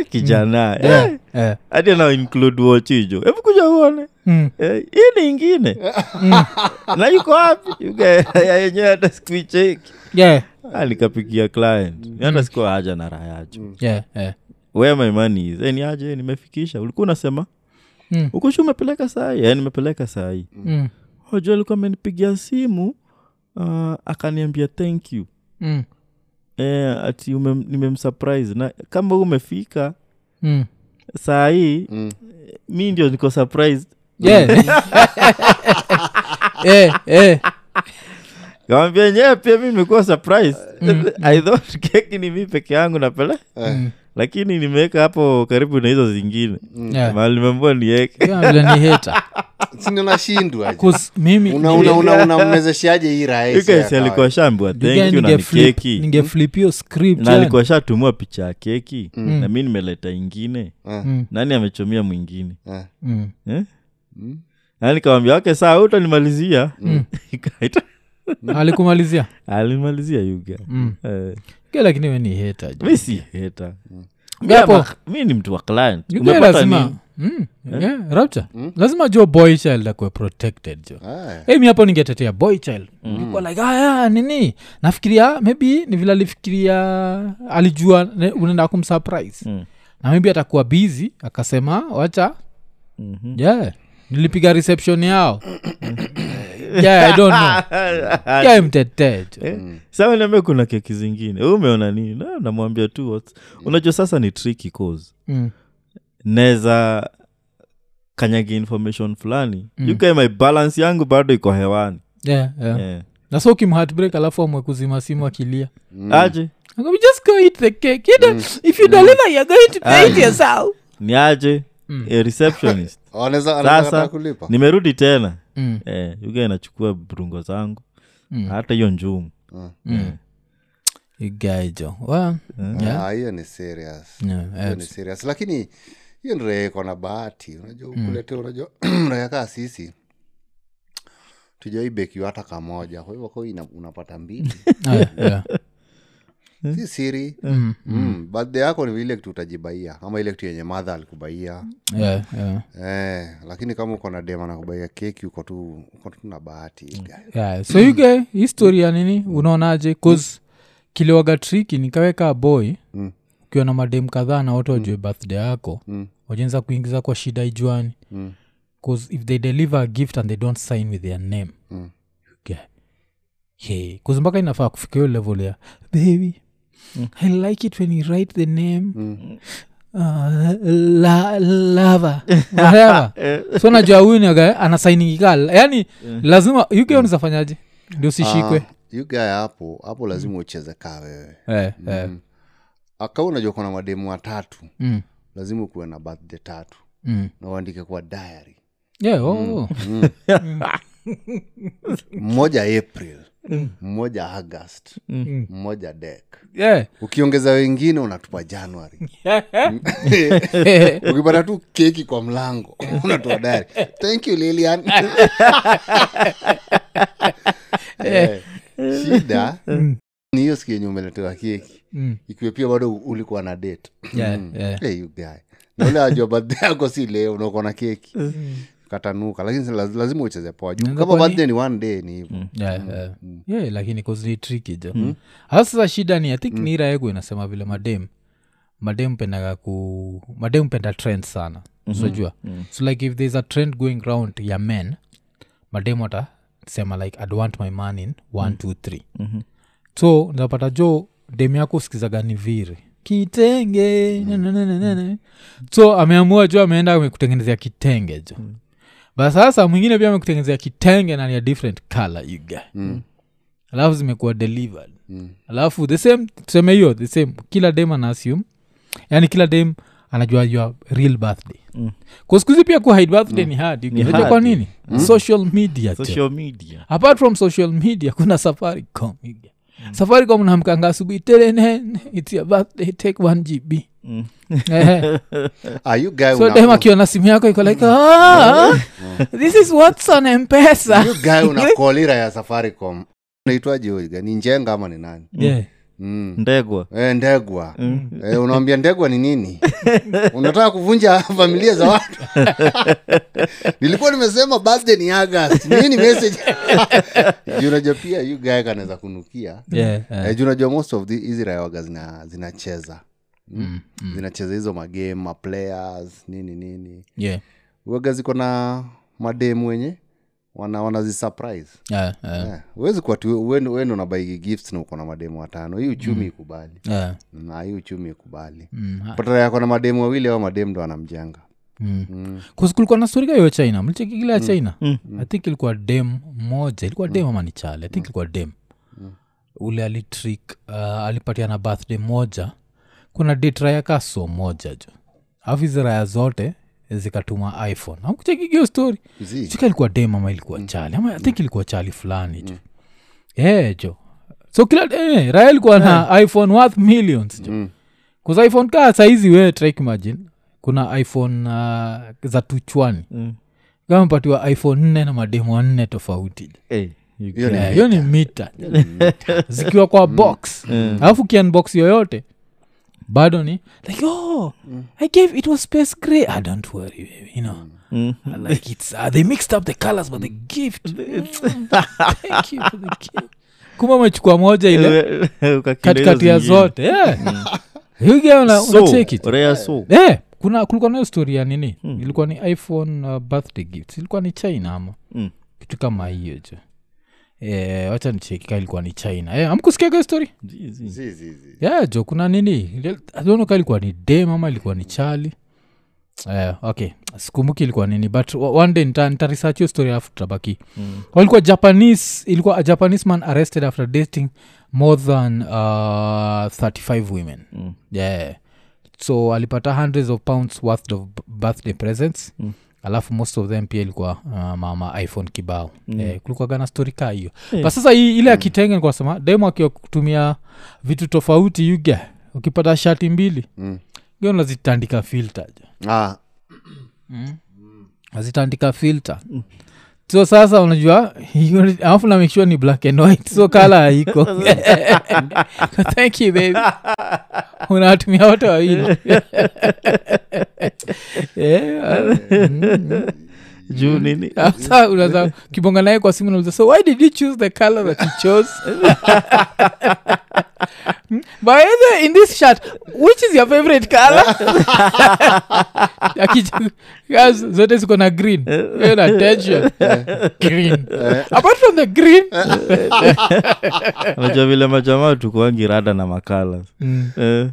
C: eh, (laughs) kijana eh.
A: Yeah, eh.
C: hadi ana include wachijo hebu kuja uone
A: Mm.
C: Eh, hii ni ingine (laughs) na yuko wapi You guy- (laughs) ya yenyewe hata sikuicheki
A: Yeah,
C: Ah, nikapigia client
A: Mm.
C: hata sikuwa haja na raha yacho
A: yeah, eh.
C: where my money is eh, ni aje nimefikisha ulikuwa unasema
A: Mm.
C: ukushu umepeleka sahii eh, nimepeleka sahii
A: Mm.
C: hojo alikuwa amenipigia simu uh, akaniambia thank you
A: Mm.
C: eh, ati ume- nimemsurprise na kama huu umefika
A: Mm.
C: saa hii mi ndio niko surprised
A: Yeah. (laughs) Eh, eh.
C: kawambia enyewe pia mi imekuwa surprise (laughs) i thought keki ni mi peke yangu napele
A: Mm.
C: lakini nimeweka hapo karibu na hizo zingine
A: Yeah.
C: mahali nimeambua nieke
A: Hiyo vile ni hater. (laughs)
B: sinanashindwa
A: 'Cause mimi
B: unamwezeshaje hii
C: ikasi alikuwa shambua thank you na ni keki
A: ningeflipio
C: na alikuwa shatumua picha ya keki na mi nimeleta ingine
A: Mm.
C: nani amechomia mwingine
A: mm.
C: eh? na nikawambia wake saa utanimalizia
A: Mm.
C: (laughs) Ikaita-
A: alikumalizia
C: alimalizia yuga
A: Mm.
C: Eh,
A: Ke, lakini we ni hater jo.
C: mi si heta Mi
A: Japo-
C: ama- mi ni mtu wa client
A: You guy
C: umepata (laughs) Eh?
A: lazima
C: nini?
A: Mm. Yeah, rapture lazima jo boy child akue protected jo hey, Eh, mi hapo ningetetea boy child nilikuwa like aya nini nafikiria maybe ni vile alifikiria alijua ne- unaenda kumsurprise
C: Mm.
A: na maybe atakuwa busy akasema wacha
C: Mhm.
A: yeah nilipiga reception yao yeah, I don't (laughs) know. Yeah, mtetee jo.
C: Eh, sawa niambia kuna keki zingine Wewe umeona nini Na- namwambia tu what's- unajua sasa ni tricky cause
A: Mm.
C: naweza kanyaga information fulani mm. yukae my balance yangu bado iko hewani
A: Yeah, yeah.
C: Eh.
A: na so kimheartbreak alafu amwe kuzima simu akilia
C: Eh, aje
A: Like, "We just go eat the cake You don't- if you deliver you're going to pay it yourself
C: ni aje
A: Mm.
C: A receptionist
B: rahiswanaweza
C: sasa
B: kulipa
C: nimerudi tena
A: Mm.
C: eh, yuga inachukua brungo zangu
A: Mm.
C: hata hiyo njumu
A: You guy jo well, yeah. Mm,
B: Ah, hiyo ni serious
A: Yeah,
B: hiyo ni serious lakini hiyo ndio iko na bahati unajua ukulete unajua (clears throat) raia kaa sisi tujawai bekiwa hata kamoja kwa hivyo kwa hiyo ina- unapata mbili
A: Ah, yeah.
B: si siri
A: Mm.
B: mm. birthday yako ni ile kitu utajibaia ama ile kitu yenye madha alikubaia
A: Yeah, yeah.
B: eh, lakini kama uko na dema nakubaia keki uko tu uko tu na bahati
A: yeah. so you guy history ya nini unaonaje cause kiliwaga triki nikaweka boy
B: Mm.
A: ukiwa na madem kadhaa na wote wajue birthday yako
B: Mm.
A: wajenza kuingiza kwa shida ijuani
B: Mm.
A: cause if they deliver a gift and they don't sign with their name
B: Mm.
A: okay. hey. cause mpaka inafaa kufika hiyo level ya baby i like it when you write the name
B: Mm.
A: uh, la, lava
B: (laughs)
A: whatever
B: Eh.
A: so najua huyu naga anasainingika yani yaani lazima yuke
B: Mm.
A: unizafanyaje ndio usishikwe
B: Ah, you guy hapo hapo lazima ucheze kaa wewe
A: Eh, eh,
B: aka unajua kuna mademu watatu
A: mm,
B: lazima ukuwe na birthday tatu
A: mm.
B: na uandike kwa diary
A: Yeah,
B: Mm.
A: oh.
B: mmoja april mmoja august
A: Mm.
B: mmoja dek
A: Yeah.
B: ukiongeza wengine unatupa januari ukipata tu keki kwa mlango unatoa dari thank
A: (laughs)
B: you lilian Eh, shida ni hiyo siku yenye umeletewa keki
A: Mm.
B: ikiwa pia bado ulikuwa na date
A: Yeah,
B: Mm.
A: yeah.
B: Hey, you guy. na ule ajua birthday yako si leo unakuwa na keki katanuka lakini laz- lazima ucheze poa juu
A: Unaweza
B: kama
A: kuwa Mm. ni- Mm.
B: birthday ni one day ni hivo
A: Yeah, yeah. Yeah, lakini cause ni tricky jo hasa sasa shida ni i think ni iraegu inasema vile madem madem pendaga ku madem penda trend sana unajua so like if thereis a trend going round ya men madem watasema like i'd want my man in one
C: Mm.
A: two three
C: Mm-hmm.
A: so napata jo dem yako usikizaga ni viri kitenge
C: Mm.
A: nananana. so ameamua jo ameenda amekutengenezea kitenge jo
C: Mm.
A: but sasa mwingine pia amekutengenezea kitenge na ni a different color you guy
B: Mm.
A: alafu zimekuwa delivered
B: Mm.
A: alafu the same tuseme hiyo the same kila dem ana assume yani kila dem anajua your real birthday
C: Mm.
A: kwa siku hizi pia ku hide birthday ni hard you
C: Ni
A: guys. Unajua kwa
C: hard.
A: nini social media tu
C: social media
A: apart from social media kuna safaricom mm. safaricom namkanga asubuhi terenen its your birthday take one gb
C: Mm.
A: (laughs) Ehe.
B: Ah, you guy
A: so
B: una-
A: dem akiona simu yako iko like "Ah, this is what's on mpesa
B: you guy una kolira ya safaricom naitwaje huyo ni njenga ama ni nani
A: yeah.
B: mm.
C: ndegwa
B: e, ndegwa e, unawambia ndegwa ni (laughs) nini unataka kuvunja familia za (laughs) watu nilikuwa nimesema birthday ni agast nini (laughs) message Juu unajua pia you guy kanaweza kunukia
A: Yeah, yeah.
B: Eh, juu unajua most of the- hizi rayawaga zina, zinacheza mm. zinacheza hizo magame maplayers nini nini
A: Yeah,
B: waga ziko na mademu wenye wana wanazisurprise
A: yeah, yeah,
B: Eh, huwezi kuwa tu wendo unabaigi gifts na uko na mademu watano hii uchumi ikubali
A: yeah.
B: na hii uchumi ikubali
A: Mm, ha-
B: patara yako na mademu wawili au mademu ndo anamjenga
A: mm.
B: mm.
A: Cause kulikuwa na stori hiyo china mlicheki kile ya china i think ilikuwa dem moja ilikuwa dem ama ni chale i think ilikuwa dem ule alitrik uh, alipatia na birthday moja kuna ditraya kaso moja jo alafu hizi raya zote zikatuma iphone aukuchekigio story
B: Zii.
A: sika ilikuwa dem ama ilikuwa chali ama i think ilikuwa chali fulani jo Eh, jo so kila eh, raya ilikuwa na iphone worth millions jo
B: Mm.
A: Cause iphone kaa saizi we try imagine kuna iphone uh, za tuchwani
C: Mm.
A: kama amepatiwa iphone nne na mademu wanne tofauti
C: Eh, you
B: Hiyo ni
A: Eh, hiyo ni mita zikiwa kwa box alafu kianbox yoyote bado ni like oh i gave it was space gray ah, don't worry baby, you know
C: Mm.
A: I like it's ah, they mixed up the colors but the gift Mm, (laughs) thank you for the gift kuma amechukua moja ile
C: (laughs) Ukakila hizo
A: Eh, katikati ya
C: Eh, zingine.
A: zote Eh. yeah. (laughs) Yuge una-
C: So,
A: unacheki tu.
C: rare so.
A: Eh, kuna kulikuwa nayo story ya nini ilikuwa ni iphone uh, birthday gift ilikuwa ni china ama
C: Mm.
A: kitu kama hiyo jo Eh, wacha nichekika ilikuwa ni china eh, amkusikia hiyo story
C: Zii, zii.
B: Zii, zii, zii.
A: yeah, jo kuna nini adhonoka ilikuwa ni dem ama ilikuwa ni chali eh, okay sikumbuki ilikuwa nini but o- one day nita- nitaresearch hiyo story alafu tutabaki mm. walikuwa japanese ilikuwa a japanese man arrested after dating more than uh, 35 women
C: Mm.
A: yeah so alipata hundreds of pounds worth of b- birthday presents mm alafu most of them pia ilikuwa uh, mama iphone kibao mm. eh, kulikuwa gana stori kaa hiyo yeah. but sasa hii ile akitenge mm. kwasema demo akiwa kutumia vitu tofauti yuge ukipata shati mbili
B: Mm.
A: gio nazitandika filter jo
B: Ah,
A: Mm. nazitandika filter so sasa unajua you- alafu na make sure ni black and white so kala (laughs) haiko thank you baby unawatumia wote (laughs) wawili Yeah, mm.
C: juu nini
A: (laughs) Sasa unaza kibonga naye kwa simu nauliza so why did you choose the color that you chose (laughs) by the in this shirt which is your favorite color (laughs) Akijibu, "Guys, zote ziko na green Wewe na attention green (laughs) apart from the green
C: najua vile majamaa tukuangi rada na makala
A: Mm.
C: eh,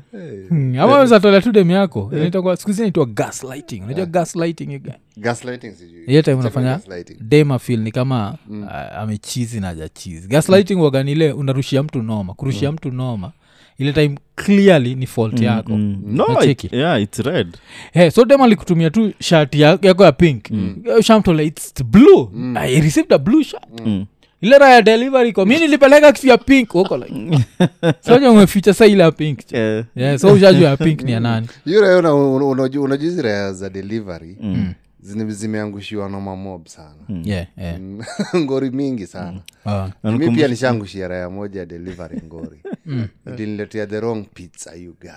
A: Mm, ama uzatolea tu dem yako Inaitwa- siku hizi inaitwa gaslighting unajua gaslighting you guys?
B: gaslighting sijui.
A: hiyo time
B: Check
A: unafanya
B: gaslighting.
A: demafil ni kama mm. amechizi na jachizi gaslighting mm. waganile unarushia mtu noma kurushia mm. mtu noma ile time clearly ni fault mm, yako mm.
C: mm. no
A: Nacheki.
C: it, yeah, it's red
A: Hey, so dem alikutumia tu shati ya- yako ya pink mm. shamtola its blue mm. i received a blue shirt
C: Mm.
A: ile raha ya delivery iko mi nilipeleka kitu ya pink huko like
C: Mm.
A: (laughs) soja umeficha sa ile ya pink
C: Eh,
A: yeah, so ushajua ya pink ni
C: Mm.
A: ya nani
B: Hiyo raha una- una- unaju- unajua hizi raha za delivery
A: Mm.
B: zime- zimeangushiwa na mamob sana
C: Mm.
B: Mm.
A: yeah, yeah.
B: (laughs) ngori mingi sana
A: Ah.
B: mi pia nishaangushia raya moja ya delivery ngori
A: Mm.
B: iliniletea the wrong pizza you guy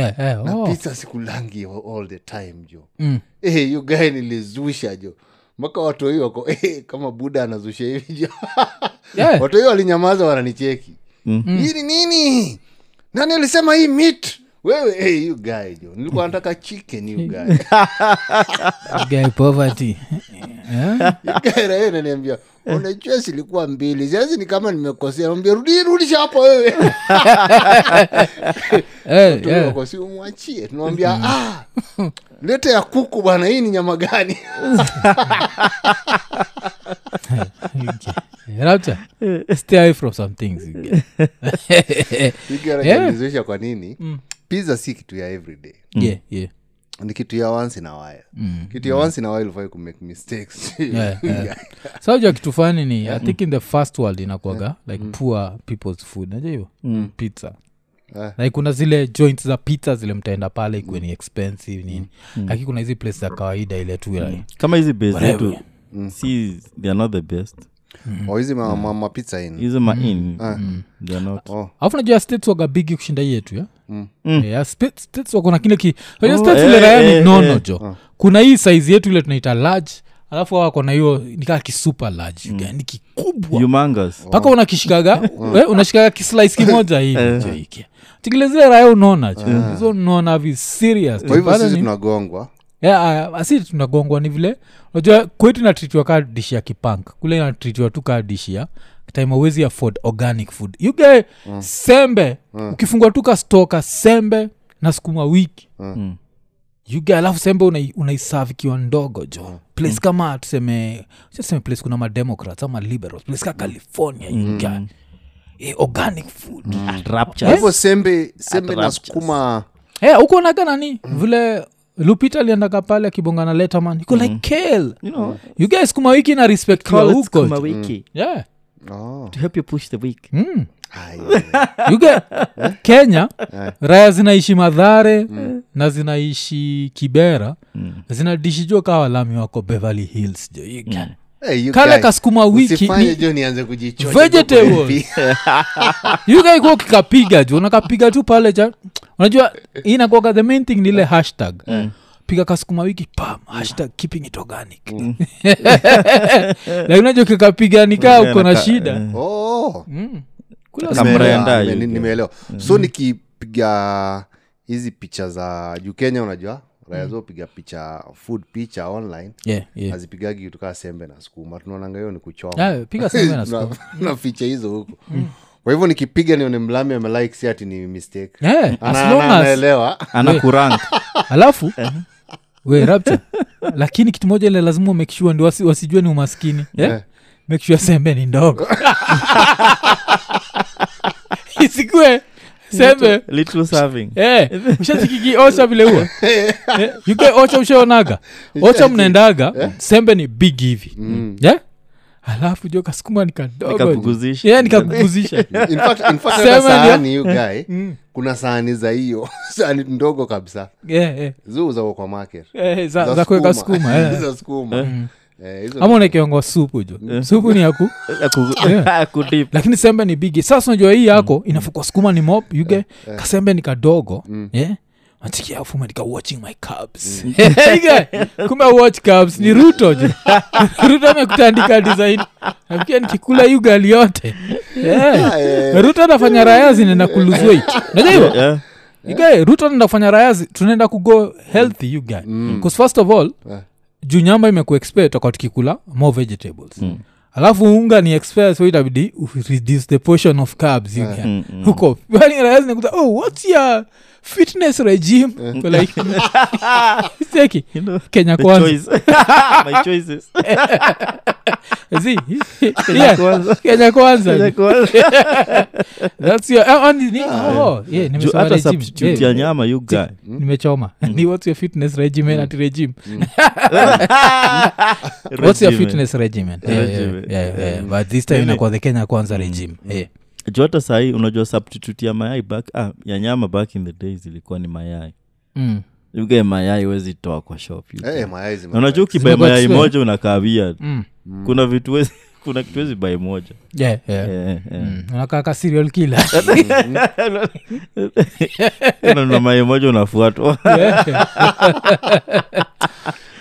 A: yeah, yeah.
B: na
A: Oh.
B: pizza sikulangi all the time jo
A: Mm.
B: hey, you guy nilizusha jo mpaka watoi wako hey, kama buda anazusha hivi jo
A: Yeah. Mm.
B: watoi walinyamaza wananicheki hii ni nini nani alisema hii meat wewe hey, you guy jo nilikuwa nataka chicken
A: (laughs)
B: you guy
A: Guy poverty (laughs) yeah?
B: Kera naniambia unajua zilikuwa mbili sazi ni kama nimekosea ambia rudi rudisha hapo wewe
A: Eh, (laughs)
B: Tuli
A: yeah.
B: wako, si umwachie tunawambia ah, lete ya kuku bwana hii ni nyama gani
A: Rapture, stay away from some things.
B: Hiki anachonizuisha kwa nini
A: Mm.
B: pizza si kitu ya everyday
A: yeah,
C: Hmm.
A: yeah.
B: ni kitu ya once in a while kitu ya once in a while ufai kumake mistakes
A: Mm.
B: (laughs)
C: (laughs)
A: Yeah, yeah. saja kitu fani ni i think in the first world inakwaga like
C: Hmm.
A: poor people's food najua hiyo pizza
B: Ah.
A: like kuna zile joints za pizza zile mtaenda pale
C: Hmm.
A: ikuwe ni expensive nini lakini kuna hizi place za kawaida ile tu like,
C: kama hizi bes zetu
B: Mm.
C: si they are not the best
A: Mm.
B: Oh, hizi ma- ma- mapizza in
C: hizo main they are not
B: Ah. oh.
A: alafu najua states waga bigi kushinda hii yetu ya
C: Mm.
A: Yeah, states states wako na kile ki unajua
C: Oh,
A: states
C: eh,
A: ile raya ni
C: eh,
A: nono
C: eh.
A: jo kuna hii saizi yetu ile tunaita large alafu hao wako na hiyo nikaa kisuper large
C: Hmm.
A: yani kikubwa
C: humongous
A: mpaka
B: (laughs)
A: unakishikaga (laughs) eh, unashikaga kislice kimoja
B: Eh.
A: hivi jo hiki tikilezile raya unaona jo hizo unaona vi serious
B: kwa hivyo
A: Bado
B: sisi
A: ni-
B: tunagongwa
A: Yeah, ah, ah, si tunagongwa ni vile unajua kwetu inatritiwa kaa dishi ya kipank kule inatritiwa tu kaa dishi ya time awezi afford organic food you get sembe ukifungua tu kastoka sembe na sukuma wiki
C: Mm.
A: you get alafu sembe unai- unaiserve ikiwa ndogo jo place kama tuseme tuseme place kuna mademocrats ama liberals place ka california you get eh, organic food
B: kwa
C: rapture
B: hivyo sembe sembe na
C: Atraptions.
B: sukuma
A: Eh, huko unaga nani vile lupita aliendaga pale akibongana letaman iko like kale
C: Mhm. you know
A: you guys kuma wiki na respect kiwa
C: call it
A: huko
C: sukuma wiki
B: Mm.
A: yeah
B: oh.
C: to help you push the week
A: mm. (laughs)
B: Ai,
A: you
C: (laughs)
A: get kenya raya zinaishi madhare
C: Mm.
A: na zinaishi kibera zinadishi jua kawa lami wako beverly hills jo
C: Mm.
A: you can.
B: hey, you
A: kale
B: guy.
A: kasukuma wiki
B: Usifanye
A: ni
B: jo nianze kujichota
A: vegetable.
B: kwa
A: (laughs)
B: hivi.
A: yukaikuwa kikapiga ju unakapiga tu pale cha unajua inakuaga the main thing ni ile hashtag
B: Mm.
A: piga kasukuma wiki pam hashtag keeping it organic
B: Mm.
A: (laughs) lakini unajua kikapiga nikaa uko na shida
B: Oh.
A: Mm. Kula
C: Kama-
B: Nimeelewa,
C: Brenda,
B: nime-
C: you
B: ni-
C: get.
B: nimeelewa so nikipiga hizi picha za juu kenya unajua rayazopiga picha food picha online
A: Yeah, yeah.
B: (laughs) azipigagi kitu kaa sembe na sukuma tunaonanga hiyo ni kuchoma
A: Yeah, Ah, piga sembe na sukuma.
B: (laughs) na ficha hizo huku kwa hivyo nikipiga nione mlami amelike si ati ni mistake
A: Yeah, as
B: Ana- Eh.
A: long
B: ana-
A: as-
B: anaelewa
A: (laughs)
C: ana kurank
B: (laughs)
A: alafu we rapta lakini kitu moja ile lazima make sure ndio wasi, wasijue ni umaskini yeah?
B: Eh.
A: make sure sembe ni
B: (laughs)
A: ndogo (laughs) isikue sembe
C: little serving
A: Eh, ushazikiki ocha vile huwa Eh, you get ocha ushaonaga ocha mnaendaga sembe ni big hivi yeah? alafu jo kasukuma nikadogo
C: Nikakuguzisha.
A: yeah, nikakuguzisha
B: In fact- in fact,
A: Sembe
B: hata
A: ndio-
B: sahani you guy
A: Mm.
B: kuna sahani za hiyo (laughs) sahani ndogo kabisa
A: yeah, yeah.
B: ziuzako kwa market (laughs)
A: Eh, za- za kuweka sukuma eh.
B: za sukuma Eh, hizo
A: ama unakiongwa supu jo supu ni yaku
C: kudip
A: lakini sembe ni bigi sasa unajua hii yako inafukwa sukuma ni mop yuge kasembe ni kadogo Eh? yeah? Nasikia ufuma nika watching my cubs (laughs) Ige, kumbe watch cubs ni ruto je (laughs) ruto amekutandika design nafikia nikikula yugali yote yeah.
B: Ah, eh.
A: (laughs) ruto anafanya raya zinaenda kuluzweit najua hivo
C: Yeah.
A: igae ruto anaenda kufanya raya zi- tunaenda kugo healthy you guy mm. first of all
B: Eh.
A: juu nyamba imekuexpe toka tukikula more vegetables mm. alafu unga ni expe so itabidi u- reduce the portion of carbs you guy
C: Mm,
A: (laughs) huko Yaani raya zinakuta oh what's your fitness regime Uko (laughs) like seki
C: You know,
A: kenya
C: the
A: kwanza
C: choice. (laughs) My choices. (laughs)
A: Zii. Eh, Yeah,
C: Kwanza.
A: kenya kwanza
C: Kenya kwanza.
A: (laughs) That's your- ah, Hmm? ah, ni- ni- oh, yeah,
C: Juu
A: nimesema
C: hata
A: regime.
C: substitute ya
A: Yeah.
C: nyama you guy
A: nimechoma (laughs) ni what's your fitness regime
C: Hmm.
A: ati regime what's your
C: Regime.
A: fitness regimen yeah, yeah,
C: Regime.
A: yeah, yeah, yeah. Mm. but this time
C: Nini?
A: inakuwa the kenya kwanza regime yeah.
C: juu hata sahii unajua substitute ya mayai back, ah, ya nyama back in the days ilikuwa ni mayai
A: mm.
C: ugae mayai wezi toa kwa shop you
B: Eh,
C: guy.
B: mayai zime-
C: Na unajua ukibae
A: Zimekuwa
C: mayai
A: expensive.
C: moja unakavia
A: Mm.
C: kuna vitu wezi (laughs) kuna kitu wezi bai moja
A: yeah, yeah.
C: Eh, eh, eh.
A: Mm. unakaa ka serial (laughs) killer
C: Na na mayai moja unafuatwa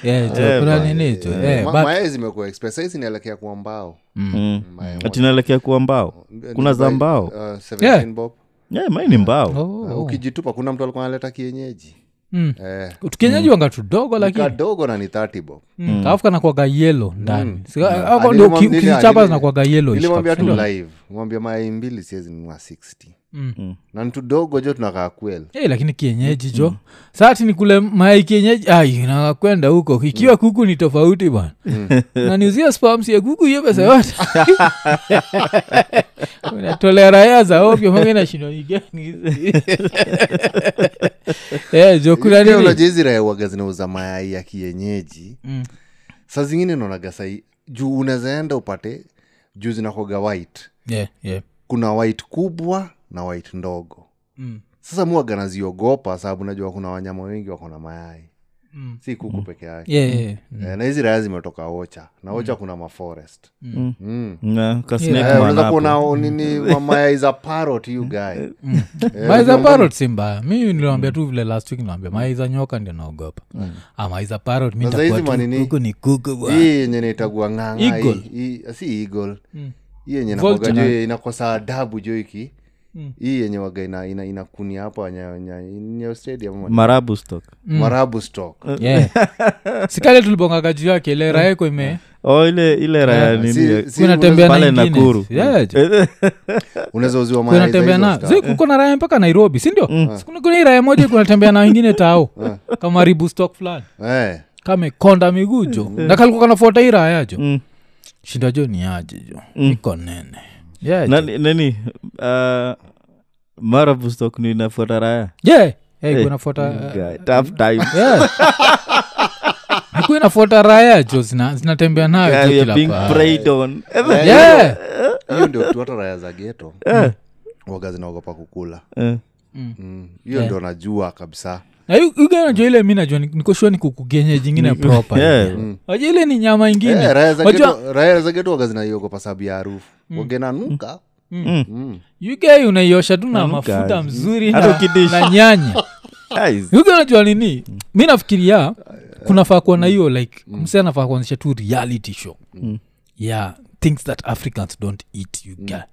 A: Yeah, tu,
C: Eh,
A: kuna
C: bana.
A: nini tu
B: Ma-
A: eh, but-
B: mayai zimekuwa express sahizi inaelekea kuwa mbao
C: Mm.
B: Mayai moja.
C: Ati inaelekea kuwa mbao kuna za mbao
B: Uh, 17
A: Yeah.
B: bob.
C: yeah, mai ni mbao
B: Uh,
A: Oh.
B: ukijitupa kuna mtu alikuwa analeta kienyeji
A: Mm.
B: eh,
A: tukienyeji wanga tudogo lakini
B: kadogo na ni 30 bob
A: Mm. alafu kanakuaga yelo ndani Sika- hapo
B: Ah,
A: ndio
B: nilimwam-
A: uki-
B: nili-
A: ukizichapa
B: nili-
A: zinakuaga
B: nilimwambia tu
A: yelo
B: live mwambia mayai mbili siwezi nunua 60
A: Mm.
B: na ni tudogo jo tunakaa kwel
A: Hey, Eh, lakini
B: Mm,
A: kienyeji jo sati nikule mayai kienyeji ai nakwenda huko ikiwa
B: Mm.
A: kuku ni tofauti bwana (laughs) naniuzia spams ya kuku hiyo pesa
B: (laughs)
A: yote unatolea raya za ovyo mpaka inashindwa ni gani. (laughs) Eh, jo kuna nini
B: unaja hizi raewaga zinauza mayai ya kienyeji
A: Mm.
B: saa zingine naonaga sai juu unawezaenda upate juu zinakoga white
A: Yeah, yeah.
B: kuna white kubwa na white ndogo
A: Mm,
B: sasa muaga naziogopa sababu najua kuna wanyama wengi wako na mayai
A: mm.
B: si kuku peke yake
A: Yeah, yeah, yeah. Mm.
B: Eh, na hizi raya zimetoka ocha na ocha kuna maforest
A: Mm.
B: Mm.
C: Na ka snake
B: Eh,
C: man
B: unaweza
C: hapo.
B: kuona o- nini mayai za parrot you guy
A: Mm.
B: Eh, Mm.
A: maiza
B: unajua-
A: parot si mbaya mi niliwambia tu vile last week niliwambia maiza nyoka ndio naogopa Ah, maiza parot mi
B: Mm. Sasa hizi
A: nitakuwa tu
B: manini-
A: kuku ni kuku bwana.
B: hii yenye naitagua ng'anga hii-
A: Eagle.
B: hii- ah, si eagle
A: Mm.
B: hii yenye
A: Vulture.
B: nakoga juu inakosa adabu juu iki
A: Mm.
B: hii yenye waga ina, ina, inakunia hapa nya- nya- nya stadium ama-
C: marabu stock
A: Mm.
B: marabu stock
A: Yeah. (laughs) sikale tulibongaga juu yake ile raha iko ime
C: oh, ile ile raya
A: Yeah.
C: nini ya-
B: Si- si
A: kunatembea na
C: pale
A: ingine.
C: Nakuru.
A: Yeah, jo.
B: unaweza uziwa mayai za
A: kunatembea
B: hizo
A: na
B: star.
A: zi kuko na raya mpaka nairobi sindio
C: Mm.
A: kuna iraya moja kunatembea na wengine
C: (laughs)
A: tao kama ribu stock fulani
B: Eh,
A: kamekonda miguu jo na kalikuwa kanafuata hii raya jo
C: Mm.
A: shinda jo ni aje jo iko nene yeah, jo.
C: nani nani uh, marabu stock ni inafuata raya
A: yeah. yeah, ikuwa Eh, inafuata uh, mm.
C: Guy, tough
A: (laughs)
C: time (laughs)
A: yeah. Ikuwa inafuata raya jo zina- zinatembea nayo
C: Yeah,
A: jo
C: we are
A: kila
C: being
A: pahali.
C: preyed on.
A: uh, Yeah.
B: hiyo ndio tu hata raya za geto waga zinaogopa kukula
C: Eh,
B: Mm. hiyo ndio najua kabisa
A: uganajua ile mi najua ni- niko sure ni kukugenye jingine proper
C: yeah.
A: Wajua ile ni nyama ingine
B: Eh, raya za
A: Wajua-
B: geto- raya za geto waga zinaiogopa sababu ya harufu
A: Mm.
B: wagenanuka
A: ugei unaiosha tu na
C: Nanuka.
A: mafuta mzuri
C: Hata
A: na,
C: ukidish.
A: na
C: (laughs)
A: nyanya
C: Guys,
A: uge unajua nini mi nafikiria kunafaa kuwa na hiyo like
C: Mm.
A: mse anafaa kuanzisha tu reality show yeah things that africans don't eat
C: Mm.
A: uga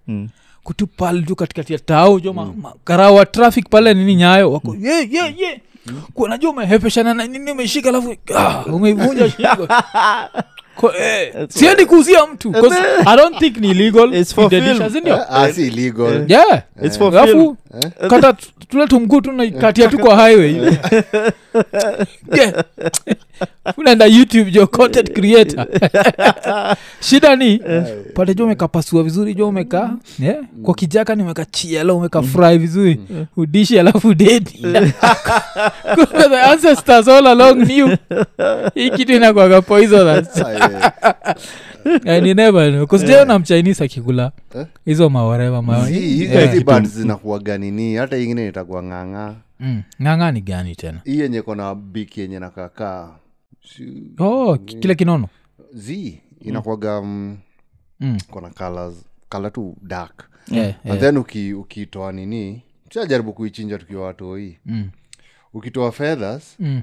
A: kutu pale tu katikati ya tao jo ma- ma- karawa traffic pale nini nyayo wako
C: Mm.
A: ye ye ye kunajua umehepeshana na nini umeshika alafu ah, umeivunja
C: (laughs)
A: shingo Ko- eh, siendi kuuzia mtu 'cause i don't think ni legal
C: It's for
A: kudedisha,
C: film.
A: sindio?
B: Ah, si illegal
A: yeah
C: It's for
A: alafu
C: film. Eh?
A: kata tu- tule tumguu tunakatia tu kwa highway (laughs) Yeah. unaenda youtube jo content
C: (laughs)
A: creator shida ni
C: Eh.
A: pale jo umekapasua vizuri jo umekaa
C: Mm.
A: yeah. kwa kijaka ni umeka chielo umeka fry vizuri udishi alafu
C: (laughs)
A: dedi
C: Eh.
A: (laughs) Kumbe the ancestors all along knew hii kitu inakwaga
C: (laughs)
A: poisonous
B: Ah, eh.
C: Eh.
A: ninevkusjeona mchinese akikula hizo mawareva ma-
B: Hizi- hizi
A: Yeah.
B: hizi birds zinakuwaga nini hata ingine itakuwa ng'ang'a
A: Mm. ng'ang'ani gani tena
B: hii yenye kona biki yenye nakakaa
A: oh, ki- kile kinono
B: z inakwaga mm,
A: Mm.
B: kona colors kala tu dark
A: Yeah,
B: and then uki- ukitoa nini tushajaribu kuichinja tukiwa watoi
A: Mm.
B: ukitoa feathers
A: Mm.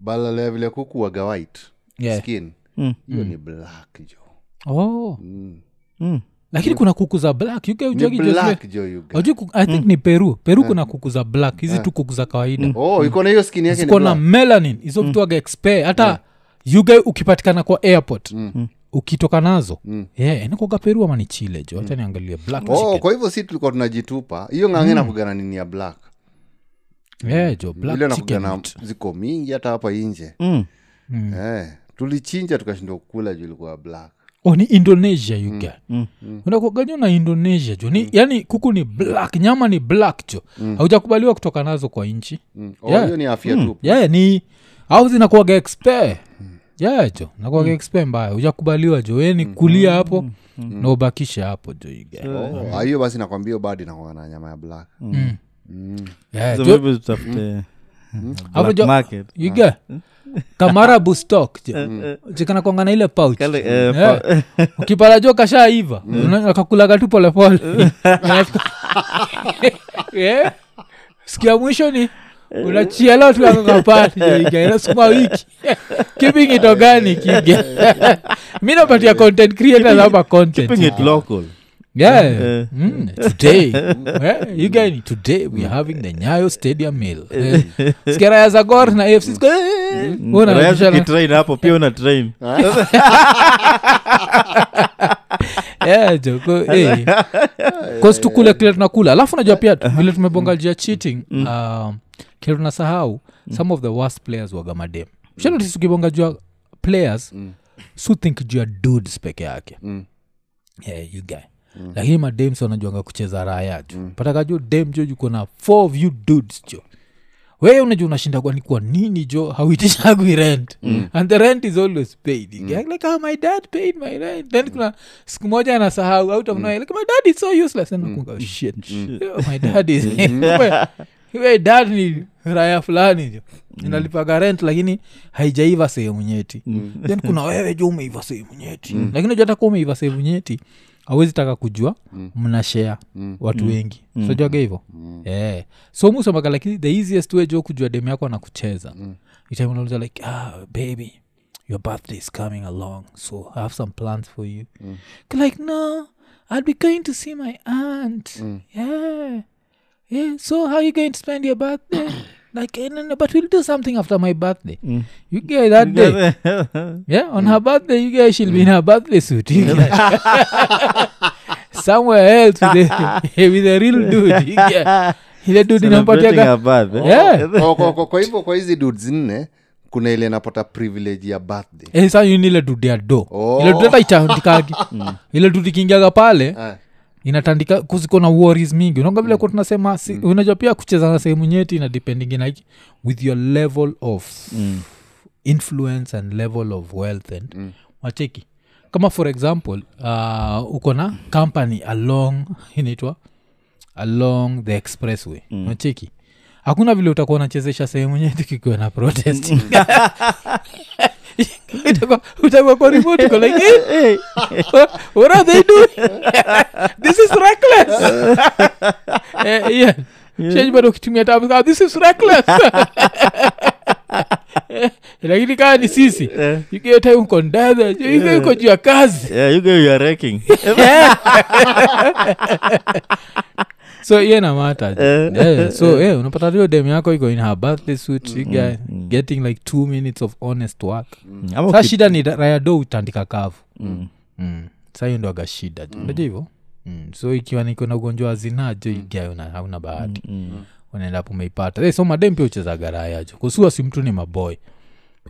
B: balala ya vile kuku waga white
A: Yeah.
B: skin
C: Mm.
B: hiyo ni black jo
A: Oh.
C: Mm.
A: lakini kuna kuku za black UK
B: ni
A: hujagi jo zile-
B: black Eh. jo yuga
A: Wajui kuku- i think ni peru peru kuna kuku za black hizi tu kuku za kawaida
B: oh iko na hiyo skin yake ni
A: ziko na
B: Eh. black. Eh.
A: melanin hizo vitu waga expe hata yuga ukipatikana kwa airport
B: Mm.
A: ukitoka nazo yeah, inakoga peru ama ni chile jo hacha niangalie black
B: oh
A: chicken Mm.
B: kwa hivyo si tulikuwa tunajitupa hiyo ng'ang'e nakugana nini ya black
A: yeah, jo
B: ile
A: black chicken
B: nakugana
A: meat.
B: ziko mingi hata hapa inje
C: Mm.
A: Mm.
B: eh, tulichinja tukashindwa kukula juu ilikuwa black
A: oh ni indonesia
C: Mm.
A: yuga unakoganyo na indonesia jo ni, yani kuku ni black nyama ni black jo
C: Mm.
A: haujakubaliwa kutoka nazo kwa nchi
B: Mm. Oh,
A: Yeah.
B: hiyo ni afya tu
A: yeah, ni au zinakuwaga expe
C: Mm.
A: yeah, jo nakuwaga expe mbaya hujakubaliwa jo we ni
C: Mm.
A: kulia hapo na ubakishe hapo jo yuga
B: Oh, hiyo basi nakwambia hiyo bado inakuwa na nyama ya black
A: Mm. Yeah,
C: So
A: jo-
C: maybe
B: Mm.
C: tutafute
A: Hapo
C: black
A: jo-
C: market.
A: iga kamarabu stock jo chikanakwanga na ile pouch
C: Mm. Kale, eh,
A: Yeah. ukipata jo kashaiva una- akakulaga tu polepole (laughs) Yeah. sikia mwisho ni unachiela tu akakapati sukuma wiki (laughs) keeping it organic Iga. (laughs) mi napatia content creators ama content
C: Keeping it local.
A: yeah. Mm, today Eh, you guys today we are having the nyayo stadium meal Eh, sikia raya za gor na afc ziko, eh, una-
C: Raia
A: unabishana.
C: tukitrain hapo pia una train
B: Ah.
A: Eh, joko, eh. Cause tukule kile tunakula alafu najua pia tu- vile tumebonga juu ya cheating um, kile tunasahau some of the worst players wagamadem shanotisi tukibonga juu ya players so think juu ya dudes peke yake
B: Mm.
A: yeah, you guy lakini madems wanajuanga kucheza raya jo pataka jo dem jo juko na four of you dudes jo wewe unajua unashindagwa ni kwa nini jo hauitishagwi rent and the rent is always paid mm. like oh, my dad paid my rent then kuna siku moja anasahau out of nowhere, like my dad is so useless then nakuanga, shit oh, my dad is (laughs) Kumbe, kumbe dad ni raya fulani jo inalipaga rent lakini haijaiva sehemu nyeti (laughs) then Yaani kuna wewe jo umeiva sehemu nyeti lakini unajua takuwa umeiva sehemu nyeti awezi taka kujua mna share watu wengi mm. sojaga hivo Eh. so musemaga lakini the easiest way jo kujua demu yako anakucheza mm. itamunauliza like ah, baby your birthday is coming along so i have some plans for you like no i'd be going to see my aunt yeah yeah so how you going to spend your birthday (coughs) like eh, no, no, but we'll do something after my birthday Mm. you get that day yeah,
C: Hmm.
A: on her birthday, you guys she'll be in her birthday suit. You guys. (laughs) Somewhere else with a, (laughs) with a real dude. You
C: (laughs)
A: guys. Ile dude
C: Celebrating
A: inampatiaga.
C: her birthday.
A: Yeah.
B: Kwa- Oh, kwa- kwa- kwa hivyo kwa hizi dudes nne kuna ile napata privilege ya birthday
A: Eh, sasa hiyo ni ile dude ya do
B: Oh.
A: ile dude hata
B: (laughs)
A: itandikagi ile dude ikiingiaga pale
B: Eh. Mm.
A: inatandika kuziko na worries mingi unaga vile kuwa tunasema si, unajua pia kucheza na sehemu nyeti ina depending na hiki- with your level of influence and level of wealth and
B: Mm.
A: wacheki kama for example uh, uko na company along (laughs) inaitwa along the expressway mm. wacheki hakuna vile utakuwa unachezesha sehemu nyeti kikiwa na protest (laughs) Utakuwa- utakuwa kwa remote, uko like, "Eh, (laughs)
C: Eh,
A: what, what are they doing? (laughs) this is reckless. (laughs) Eh, yeah. Shej bado ukitumia tabu kama, this is reckless. (laughs) Eh, Lakini kaa ni sisi ikiyota uko ndaza iko juu ya kazi
C: yeah, Eh, you go, you
A: (laughs)
C: are wrecking.
A: so iye na mata
C: Eh.
A: so eh, unapata hiyo dem yako iko in her birthday suit you guy getting like two minutes of honest work
C: Ama
A: sa
C: uki-
A: shida ni da- raya do utandika kavu mm. sa hiyo ndoaga shida mm. naja hivo mm. so ikiwa niko na ugonjwa wa zinaa jo igia una- hauna bahati mm. unaenda hapo umeipata hey, so madem pia uchezaga raya jo kusua si mtu ni maboy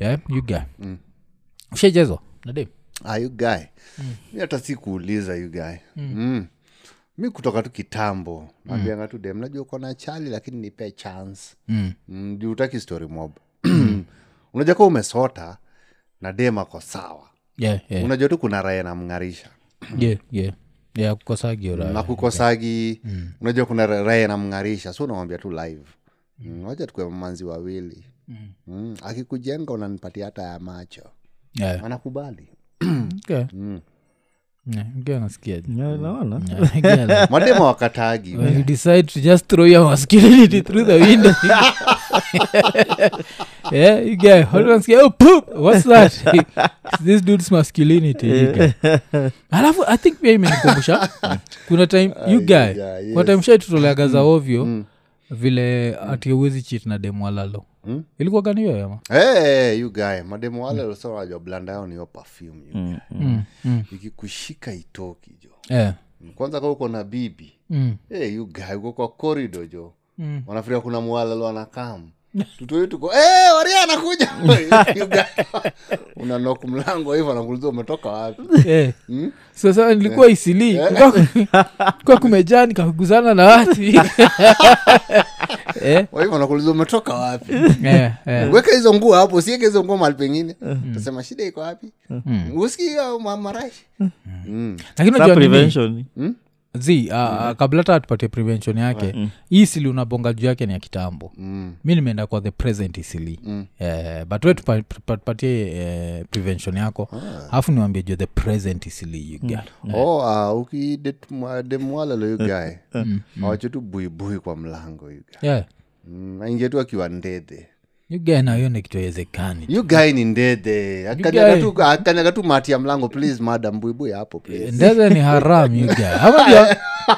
A: yeah, uga mm. ushaichezwa nadem
B: ah, you guy mi hata si kuuliza you guy mm. mi kutoka tu kitambo naambianga tu dem najua uko na chali lakini nipe chance mm. mm, juu utaki story mob (clears throat) unajua kuwa umesota na dem ako sawa
A: yeah, yeah,
B: unajua tu kuna raye namng'arisha
A: yeah, yeah. yeah, kukosagio raya
B: na kukosagi unajua kuna ra- raha namng'arisha so unamwambia tu live Mm, wacha tukue Mm, mamanzi wawili mm. akikujenga unanipatia hata ya macho
A: yeah.
B: anakubali
A: Okay. Yeah, mgeo (laughs) anasikiaje?
C: Ya, naona
A: Yeah, again, like,
B: mademo wakatagi
A: when you decide to just throw your (laughs) masculinity through the window (laughs) yeah you get hold on scale, oh, poop what's that (laughs) It's this dude's masculinity you
B: (laughs)
A: guy. alafu i think pia imenikumbusha kuna
B: (laughs)
A: time you
B: Ay,
A: guy
B: yeah, yes. Mm.
A: kuna time shaitutoleaga za ovyo vile ati awezi chit na demwalalo
B: Mm.
A: ilikuwa gani hiyo yama
B: Hey, you guy mademo wale walosema wanajua blanda yao niyo perfume you guy.
A: Mm, mm,
B: ikikushika itoki jo
A: eh,
B: kwanza kaa uko na bibi
A: mm,
B: hey, you guy uko kwa korido jo
A: mm.
B: wanafiria kuna
A: (laughs)
B: mwalalo anakam tutoi tuko hey, waria anakuja (laughs) You guy. unanok mlango hivyo anakuuliza umetoka wapi
A: Eh.
B: Mm?
A: sasa nilikuwa
B: Eh.
A: isili kwa kumejaa nikakuguzana na
B: (laughs)
A: watu (laughs) Eh,
B: Kwa hivyo anakuuliza
A: (laughs)
B: umetoka wapi
A: eh, eh.
C: Mm.
B: weka hizo nguo hapo usiweke hizo nguo mahali pengine tasema shida iko wapi
A: Mm.
B: uski mamarashi Mm.
A: lakini
C: Sa
A: unajua nini?
C: prevention Mm.
A: zi ah, ah, kabla hata atupatie prevention yake hii sili unabonga juu yake ni ya kitambo
B: Mm.
A: mi nimeenda kwa the present isili mm. eh, but we tupa- tupa- tupatie eh, prevention yako
C: Ah.
A: alafu niwambie juu the present isili you
C: Mm.
A: get
B: Oh, ah, ukidate mwa- dem wale lo yugae awache tu buibui kwa mlango yugae
A: yeah.
B: mm, aingie tu akiwa ndedhe
A: you get na hiyo ni kitu haiwezekani.
B: yugae ni ndedhe Akanyaga tu- akanyaga tu mati ya mlango please madam buibui hapo please
A: ndege ni haram you guy. Ama ndio,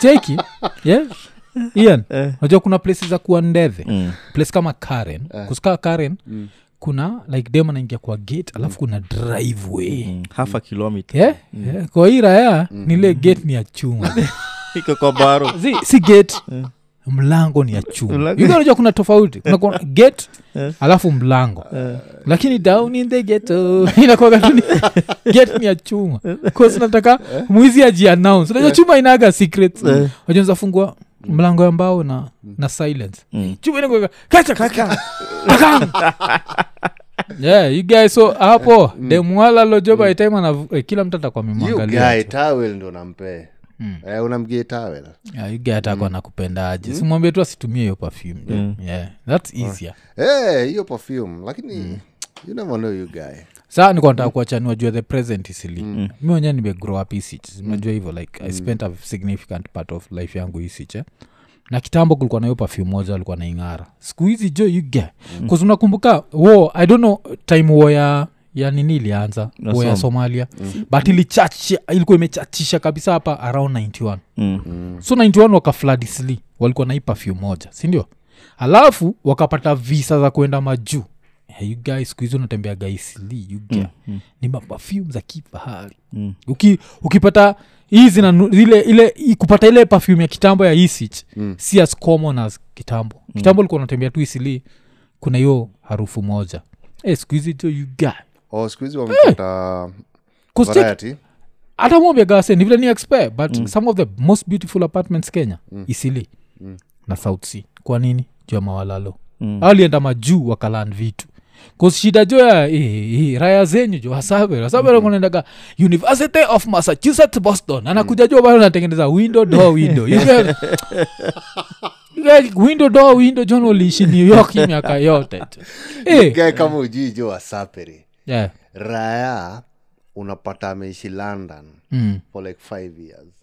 A: cheki yeah? ian unajua kuna plesi za kuwa ndedhe place kama karen kusikaa karen kuna like dem anaingia kwa gate alafu kuna driveway
C: Mm, half a kilomita
A: Yeah? Yeah. kwa hii raya nile gate ni ya chuma
C: (laughs) iko kwa
A: (laughs)
C: baro
A: si, si gate Ah. Mm. mlango Eh. ni ya chuma
C: Mlango-
A: yuganajua kuna tofauti kuna, (laughs) kuna gate alafu mlango lakini down in the ghetto (laughs) inakuwaga tu ni- gate ni ya chuma Cause nataka mwizi ajiannounce unajua chuma inaga secrets wajonza fungua mlango ya mbao na na silence chuma inakuwaga kacha Mm. kaka kakam. (laughs) yeah you guys so hapo demwala lojo by time anav- eh, kila mtu atakuwa amemwangalia
B: yugae tawel ndo nampee eh, unamgie tawel
A: Yeah, you get atakwa nakupendaje simwambie tu asitumie hiyo perfume yeah, thats easier
B: Eh, hiyo perfume lakini you never know you guy
A: saa nikuwa nataka kuachanua jua the present isili mm. mi wenyewe nimegrow up isich najua hivyo like i spent a significant part of life yangu isich eh? na kitambo kulikuwa na hiyo perfume moja alikuwa naing'ara siku hizi jo yuge mm. unakumbuka wo i don't know time wo ya ya nini ilianza
C: Na
A: wo ya
C: Som-
A: somalia mm. but ilichachisha ilikuwa imechachisha kabisa hapa around 91
C: Mm.
A: so 91 wakafladi sli walikuwa na hii perfume moja sindio alafu wakapata visa za kuenda majuu hey, you guys siku hizi unatembea gaisli yuga mm, mm. ni mapafyum za kifahari
C: Mm.
A: Uki, ukipata hii zina ile, ile i- kupata ile perfume ya kitambo ya isich mm. si as common as kitambo kitambo ulikuwa unatembea tu isili kuna hiyo harufu moja hey, siku hizi jo yuga
B: oh, siku hizi wamepata variety
A: hata mwambiagase ni vile ni expert but mm. some of the most beautiful apartments kenya mm. isili mm. na south sea kwa nini juu ya mawalalo mm. alienda majuu wakalan vitu Cause shida jo ya eh, eh, raya zenyu jo wasabere wasabere kunaendaga university of massachusetts boston anakuja jo bado anatengeneza window door window You get- (laughs) Like, window door window jon uliishi new york hii miaka yote jo. eh,
B: gae kama ujiijo wasapere
A: yeah.
B: raya unapata ameishi london
A: mm,
B: for like five years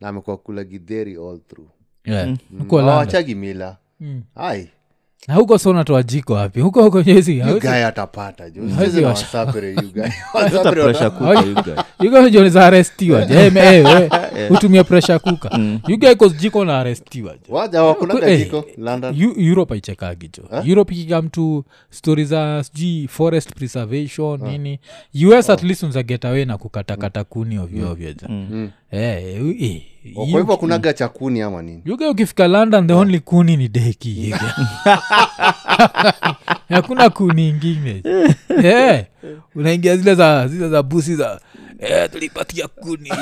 B: na amekuwa kula gidheri all through
A: yeah. Huko London.
B: awachagi mila
A: Mm.
B: ai
A: na huko so unatoa jiko wapi huko huko nyezi hawezi-
B: gae atapata jo
A: Hawezi
B: sizi na
A: washa-
B: wasapere
A: (laughs)
C: Hata pressure
B: yugae
C: cooker you guy.
A: ugonjoniza arestiwa eh, utumie presha kuka ugaikosjiko na arestiwa je.
B: waja wakunanga
A: Eh,
B: jiko london
A: Eu- europe aichekagi jo europe ikikam to stori za sijui forest preservation nini us at least unza get away na kukatakata kuni ovyoovyo ja Eh, u- eh,
B: Oh,
A: you-
B: kwa hivyo kunaga chakuni ama nini
A: yuga ukifika london the only kuni ni deki (laughs) hakuna kuni (laughs) ingine Eh, unaingia zile za zile za busi za eh, tulipatia kuni (laughs)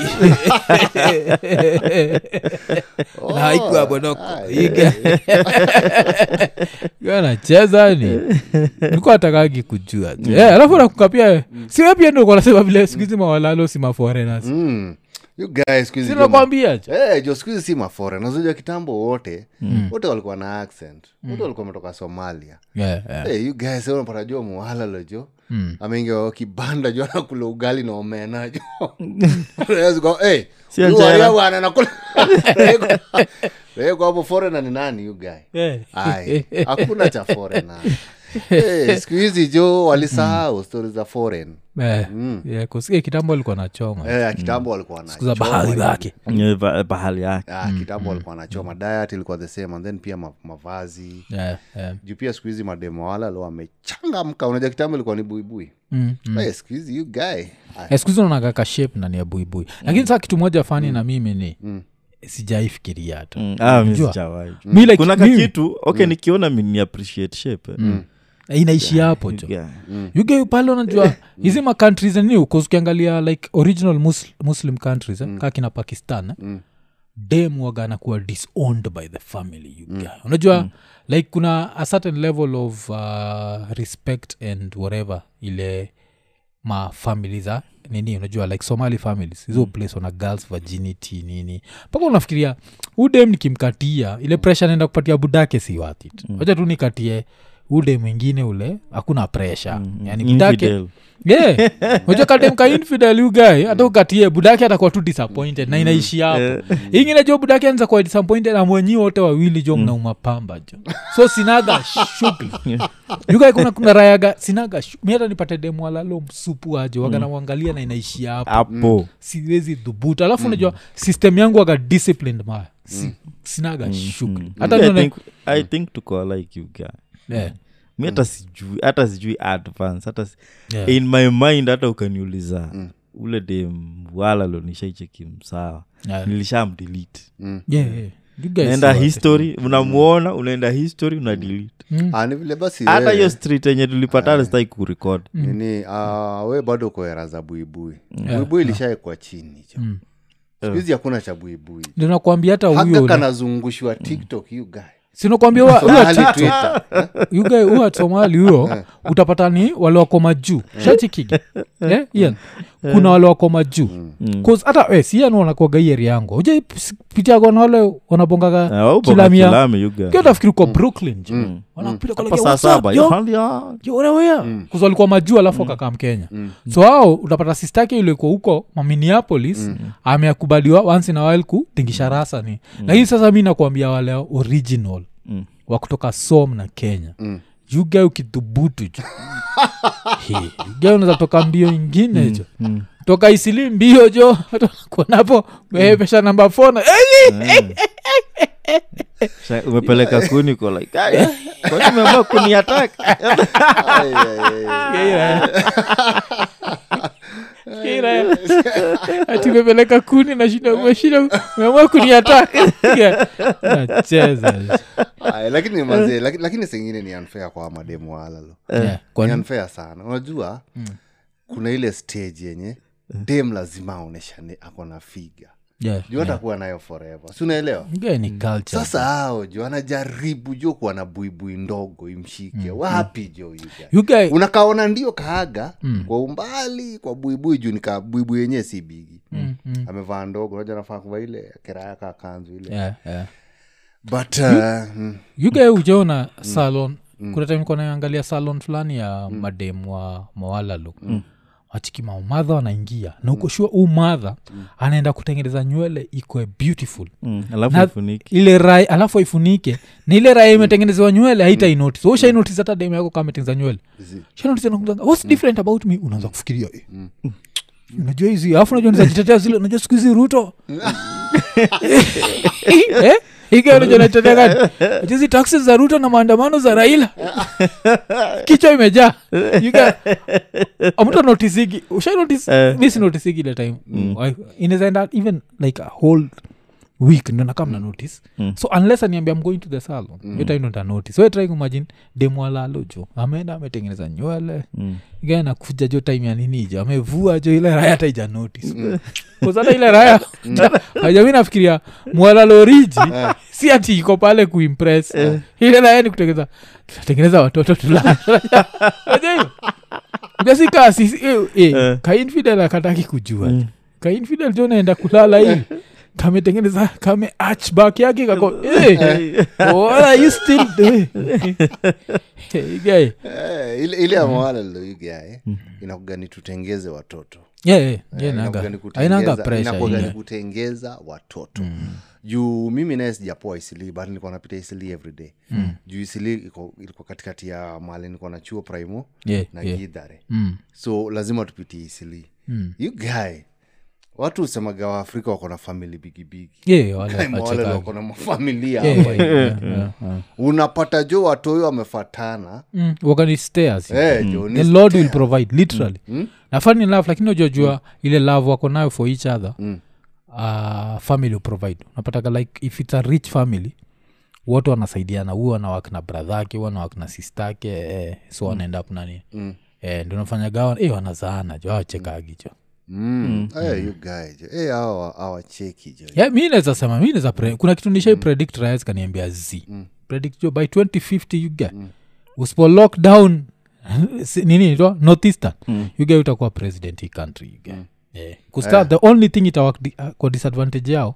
A: na haikuwa bonoko (laughs) Iga. Yuga anacheza ni nilikuwa atakagi kujua Mm. tu. Eh, alafu nakukapia siwe pia ndo kwa nasema vile siku hizi mawalalo si maforenas
B: Mm. you guys siku hizi ndio ma-
A: sinakwambia cha
B: Eh, jo siku hizi si mafore nazojua kitambo wote
A: Hmm.
B: wote walikuwa na accent wote walikuwa wametoka somalia
A: yeah, yeah.
B: hey, you guys eh, unapata jo muhala lojo
A: Mm.
B: ameingia kibanda jo anakula ugali na omena jo Unaweza eh, kuwa, hey,
C: Sio
B: huyu
C: njera.
B: waria bwana anakula (laughs) Weko hapo foreigner ni nani you guy
A: Yeah.
B: Ai, hakuna cha foreigner hey, siku hizi jo walisahau stori za foreign
A: Eh,
C: Mm.
A: yeah, kusikia kitambo alikuwa nachoma
B: Eh, kitambo walikuwa
A: siku za bahari zake
C: Nye pa- pahali eh, yake
B: Ah, kitambo walikuwa nachoma diet ilikuwa the same and then pia ma- mavazi
A: Yeah, yeah.
B: juu pia siku hizi mademo wala lo wamechangamka unajua kitambo ilikuwa ni buibui
A: Mm.
B: hey, siku hizi you guy Ah,
A: Eh, siku hizi unaonaga ka shape ndani ya buibui
C: Mm.
A: lakini saa kitu moja fani na mimi ni sijaifikiria hata
C: Mm, ah, mi
A: Jua.
C: sijawahi.
A: Mi Mm. like
C: kuna
A: mimi-
C: kakitu okay nikiona mi ni appreciate shape eh.
A: Eh, inaishi hapo jo
C: Yeah. Mm.
A: yuge pale unajua hizi macountries ni huko ukiangalia like original muslim, muslim countries eh,
C: Mm.
A: kaa kina pakistan eh, dem waga anakuwa disowned by the family you guy. unajua like kuna a certain level of uh, respect and whatever ile mafamili za nini unajua like somali families hizo place wana girls virginity nini mpaka unafikiria udem nikimkatia ile presha naenda kupatia budake si worth it wacha tu nikatie ude mwingine ule hakuna presha mm. yani budake
C: Infidel.
A: yeah. unajua kadem ka infidel you guy hata ukatie budake atakuwa tu disappointed na
C: Mm.
A: inaishi hapo ingine jo budake anza kuwa disappointed na mwenyi wote wawili
C: Mm.
A: jo mnauma pamba jo so
C: (laughs)
A: sinaga shughuli yuga kuna kuna rayaga sinaga shu- mi hata nipate demwalalo msupu aje
C: Mm.
A: waganamwangalia na inaishia hapo
C: Ah. hapo
A: siwezi dhubutu
C: Mm.
A: alafu unajua system yangu waga disciplined ma si, sinaga shughuli hata
C: Mi I
A: nione-
C: Mm.
A: Mm.
C: think- i think tuko like you guy
A: Yeah.
C: mi hata sijui hata sijui advance hata si-
A: Yeah.
C: in my mind hata ukaniuliza ule dem wala lo nishaicheki msawa
A: Yeah.
C: nilishamdelete
A: Yeah, yeah. You guys
C: naenda
A: are-
C: history unamuona unaenda history una delete
A: Mm.
B: ah, ni vile basi
C: hata
B: eh,
C: hiyo street yenye tulipatana stai kurekod
A: Mm.
B: nini ah, we bado koera za buibui buibui ilishaekwa chini jo siku hizi hakuna cha buibui
A: Ndio nakwambia hata
B: haka
A: Mm. huyo Mm.
B: kanazungushwa tiktok you
A: (laughs)
B: guy
A: sinakwambia huwa- huwa
B: Somali Twitter.
A: you guy huwa somali huyo utapata ni wale wako majuu shachikigi Eh, Ian? kuna wale wako majuu
C: Mm.
A: Cause hata we sian wanakuaga hieri yangu ujaipitiaga na wale
C: Ah,
A: wanabongaga kilamia kio tafikiri uko brooklyn je wanapita kwa like,
C: Mm. hapa saa
A: "What's up,
C: saba
A: yo?"
C: yo, hali ya-
A: Jo, wewe wewe. Cause walikuwa majuu alafu akakaa mkenya so ao utapata sista yake ilikuwa huko ma minneapolis ameakubaliwa once in a while kutingisha rasa ni lakini sasa mi nakuambia wale original
C: Mm.
A: wa kutoka som na kenya yuga ukidhubutu jo ga unaweza toka mbio ingine jo toka isili mbio jo hata kuonapo wepesha namba Eh, fona
C: Sha- umepeleka kuni uko like "Ah, eh, kwani umeamua kuniattack?"
A: Mm.
B: Ai, ai, ai.
A: (laughs) atimepeleka kuni nashinda umeshinda umeamua kuniataka (laughs) Yeah. nacheza
B: Ai, lakini
A: Eh.
B: mazee laki- lakini sengine ni unfair kwa mademu walalo
A: Yeah,
B: ni
A: kwani-
B: unfair sana unajua
A: Mm.
B: kuna ile stage yenye
A: Eh.
B: dem lazima aonesha ni ako na figa
A: yeah,
B: juu atakuwa nayo forever si unaelewa
A: yeah. ni culture
B: Mm. sasa hao jo anajaribu jo kuwa na buibui ndogo imshike
A: Mm.
B: wapi jo you guy?
A: you guy
B: unakaona ndio kaaga
A: Mm.
B: kwa umbali kwa buibui juu nika buibui yenyewe si bigi
A: Mm,
B: amevaa ndogo naja nafaa kuva ile kiraya ka kanzu ile
A: yeah, yeah.
B: but uh, mm,
A: you guy ujaona salon kuna time nilikuwa naangalia salon fulani
B: Mm.
A: ya mademu wa mawalalu wachikima umadha wanaingia
B: Mm.
A: na ukoshua umadha anaenda kutengeneza nywele ikoe beautiful
C: Mm, alafu
A: Na-
C: ifunike.
A: ile rai alafu aifunike na ile
B: Mm.
A: rai imetengenezewa nywele haitainotis ushainotis hata demu yako kama ametengeneza nywele shanotizanakuzanga whats
B: Mm.
A: different about me unaanza kufikiria eh, unajua hizi alafu unajua nizajitetea zile unajua siku hizi ruto Eh? Hiki unajua natetea gani Unajua hizi taxes za ruto na maandamano za raila kichwa imejaa You get- mtu anotisigi ushanotis
C: Eh.
A: mi sinotisigi ile time Wai- inaweza enda even like a whole week ndo nakam na notice so unless aniambia I'm going to the salon mm. notice so I try kumagine demwalalo jo ameenda ametengeneza nywele mm. nakuja jo time ya nini jo amevua jo ile raya hata ija notice kusata ile raya (laughs) ajami nafikiria mwalaloriji si ati iko pale kuimpress ile raya ni kutengeneza tunatengeneza watoto tulala Unajua hivyo? Unajua si kaa sisi- eh, eh, kainfidel akataki kujua kainfidel jo naenda kulala hivi kametengeneza kame achbak yake kako hey, what are you still doing hey, guy.
B: Eh, ile ile
A: Mm.
B: amawala liloiga eh, inakuga ni tutengeze watoto
A: yeah, yeah, yeah, inaanga-
B: Inakuga Eh, ni
A: hainanga
B: kutengeza-
A: pressure Mm.
B: inakuga ni
A: yenyewe.
B: kutengeza watoto juu mimi naye sijapoa isili bado nilikuwa napita isili everyday mm. juu isili iko- ilikuwa katikati ya mali nilikuwa na chuo primo
A: Yeah,
B: na
A: yeah.
B: gidhare
A: Mm,
B: so lazima tupitie isili mm. you guy watu husemaga waafrika wako na famili bigibigi
A: yeah,
B: (laughs)
A: wale
B: mawale
A: wachekao.
B: wako na mafamilia
A: Yeah,
B: hapa
A: yeah, yeah,
B: (laughs) Eh,
A: yeah, yeah.
B: unapata jo watu huyo wamefatana
A: Mm, wakani stairs
B: Eh, jo, ni
A: the lord will provide literally
B: Mm,
A: na funny enough lakini ujojua ile love wako nayo for each other mm. uh, family will provide unapataga like if it's a rich family wote wanasaidiana huyu anawak na bradhake huyu anawak na sistake eh, so wanaenda up nani mm. eh, ndio nafanyagawa eh, wanazaana jo awachekagi jo
B: Mm. Eh, you guy jo Eh, hawa hawacheki jo
A: yeah, mi naweza sema mi naweza pre- kuna kitu nishai predict rais kaniambia z predict jo by 2050 you get usipo lock down (laughs) si- nini to northeastern you get utakuwa president hii country you get Yeah. 'Cause that- the only thing itawak di- uh, kwa disadvantage yao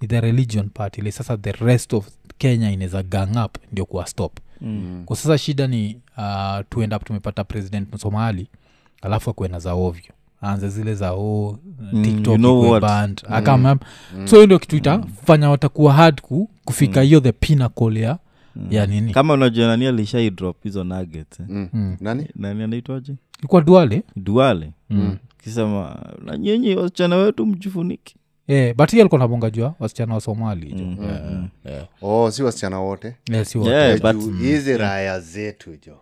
A: ni the religion part ile sasa the rest of kenya inaweza gang up ndio kuwa stop mm. kwa sasa shida ni uh, tuend up tumepata president msomali alafu akuwe na za ovyo aanze zile za o tiktok
C: Mm, you know
A: ikuwe
C: what? Mm.
A: banned. Akama- so hiyo ndio kitu itafanya watakuwa hard ku, kufika
C: Mm.
A: hiyo the pinnacle ya, ya nini
C: kama unajua nani alishaidrop hizo nugget eh.
B: Mm. nani
C: nani anaitwaje
A: ilikuwa duale
C: duale
A: Mm.
C: kisema na nyinyi wasichana wetu mjifunike
A: eh, but hiyo alikuwa nabonga jua wasichana wa somali jo Eh, eh.
B: oh si wasichana wote
A: Eh, Mm. si wa-
C: Mm. yeah, but
B: Juu hizi raya zetu jo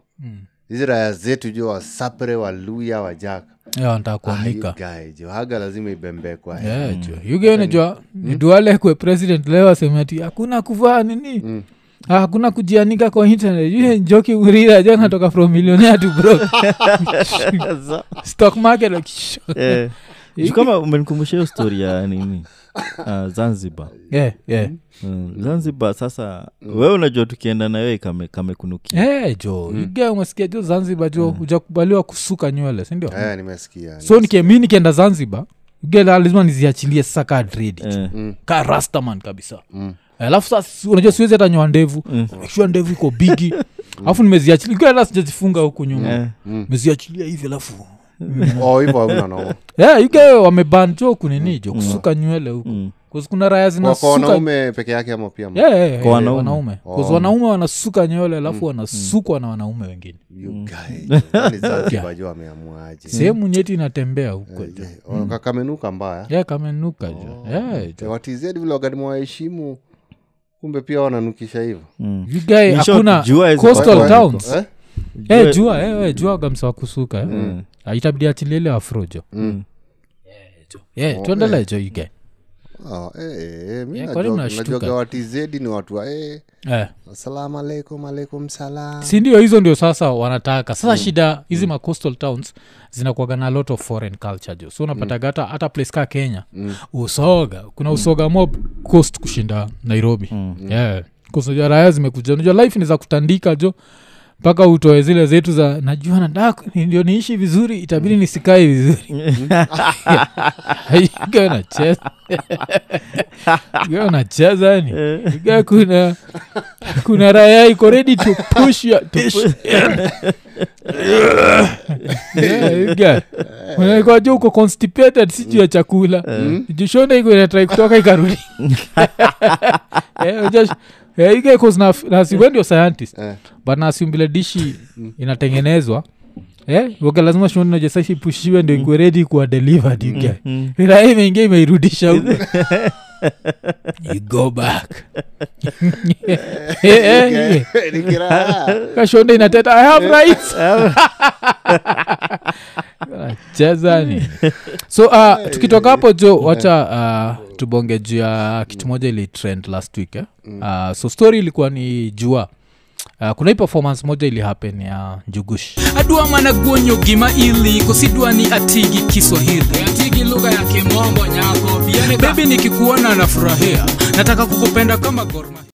B: hizi raya zetu jo wasapre waluya wajaka
A: eh, wanataka
B: Ah, you
A: kuanika
B: guy jo haga lazima ibembekwa
A: Eh, jo. Yuge unajua, ni duale kwe president leo aseme ati hakuna kuvaa nini Ah, hakuna kujianika kwa internet Yule njoki urira jo natoka from millionaire to broke.
C: (laughs) Sasa,
A: stock market like, shh.
C: eh, juu kama umenikumbusha hiyo story ya nini Ah, zanzibar
A: yeah, yeah.
C: Mm, zanzibar sasa wewe unajua tukienda na wewe kame, kamekunukia
A: Hey, Eh, jo Yuge umesikia jo zanzibar jo hujakubaliwa kusuka nywele sindio
B: eh, nimesikia
A: so nike, mi nikienda zanzibar Yuge la- lazima niziachilie sasa ka dread
C: Eh,
A: ka rastaman kabisa alafu sasa si- unajua siwezi hata nyoa ndevu make sure ndevu iko bigi alafu nimeziachilia Yuge la sijazifunga huku nyuma
C: eh,
A: meziachilia hivi alafu
B: oh hivyo
A: (laughs)
B: hauna nao
A: yeah, Yuge wameban jo kunini jo kusuka nywele huku Cause kuna raya
B: wako
A: zinasuka
B: wanaume peke yake ama pia
A: Yeah, yeah, yeah,
C: Kwa wanaume.
A: wanaume Cause wanaume wanasuka nywele alafu wanasukwa na wanaume wengine
B: you
A: (laughs)
B: guy jo Yaani zanzibar jo ameamuaje
A: sehemu nyeti inatembea huko
B: Eh,
A: jo
B: kamenuka oh, mbaya
A: Mm. yeah, kamenuka jo yeah, jo.
B: watizedi vile wakati mwawaheshimu kumbe pia wananukisha hivyo
C: mm,
A: You guy,
C: In short,
A: hakuna
C: jua is-
A: coastal
B: Wa-
A: towns
B: eh?
A: Eh, jua eh, eh, jua gamsa wakusuka eh. Ah, itabidi achilie ile afro jo
B: Mm.
A: Yeah, jo. Yeah, tuendelee jo you guy.
B: Oh, eh, eh, eh, mi
A: Yeah,
B: najua-
A: kwani mnashtuka?
B: najuaga watizedi ni watu wa eh,
A: Eh,
B: asalamu alaikum alaikum salam
A: si ndio hizo ndio sasa wanataka sasa shida hizi ma coastal towns zinakuaga na lot of foreign culture jo so unapataga hata hata place ka kenya usoga kuna usoga mob coast kushinda nairobi
C: mm.
A: yeah. kusoja raya zimekuja unajua life inaweza kutandika jo mpaka utoe zile zetu za najua nataka ni- ndio niishi vizuri itabidi nisikae vizuri (laughs) Ikiwa (laughs) unacheza- ikiwa unacheza yani Ikiwa kuna kuna raya iko ready to push ya- to push. Yeah, you get. Unaikuwa juu uko constipated si juu ya chakula jushona iko inatrai kutoka ikarudi Eh, just- eh, you get, 'cause na- na si- we ndio scientist
B: Eh.
A: but nasiumbile dishi inatengenezwa Eh, waka lazima shonajasaishi pushiwe ndo ikuwe ready kuwa delivered you
C: Hmm. Eh,
A: get.
C: mm.
A: Raha imeingia imeirudisha huko you go back (laughs) Eh, eh, (laughs) eh.
B: Ni kiraha.
A: kashonde inateta Eh, i have rights (laughs) cheza ni so uh, tukitoka hapo jo wacha uh, tubonge juu ya kitu moja ili trend last week eh? uh, so story ilikuwa ni jua Uh, kuna hii performance moja ili happen ya njugush
D: adwa mana guonyo gima ili kosidwa ni atigi kiswahili atigi lugha ya kimombo nyako bebi nikikuona nafurahia nataka kukupenda kama gorma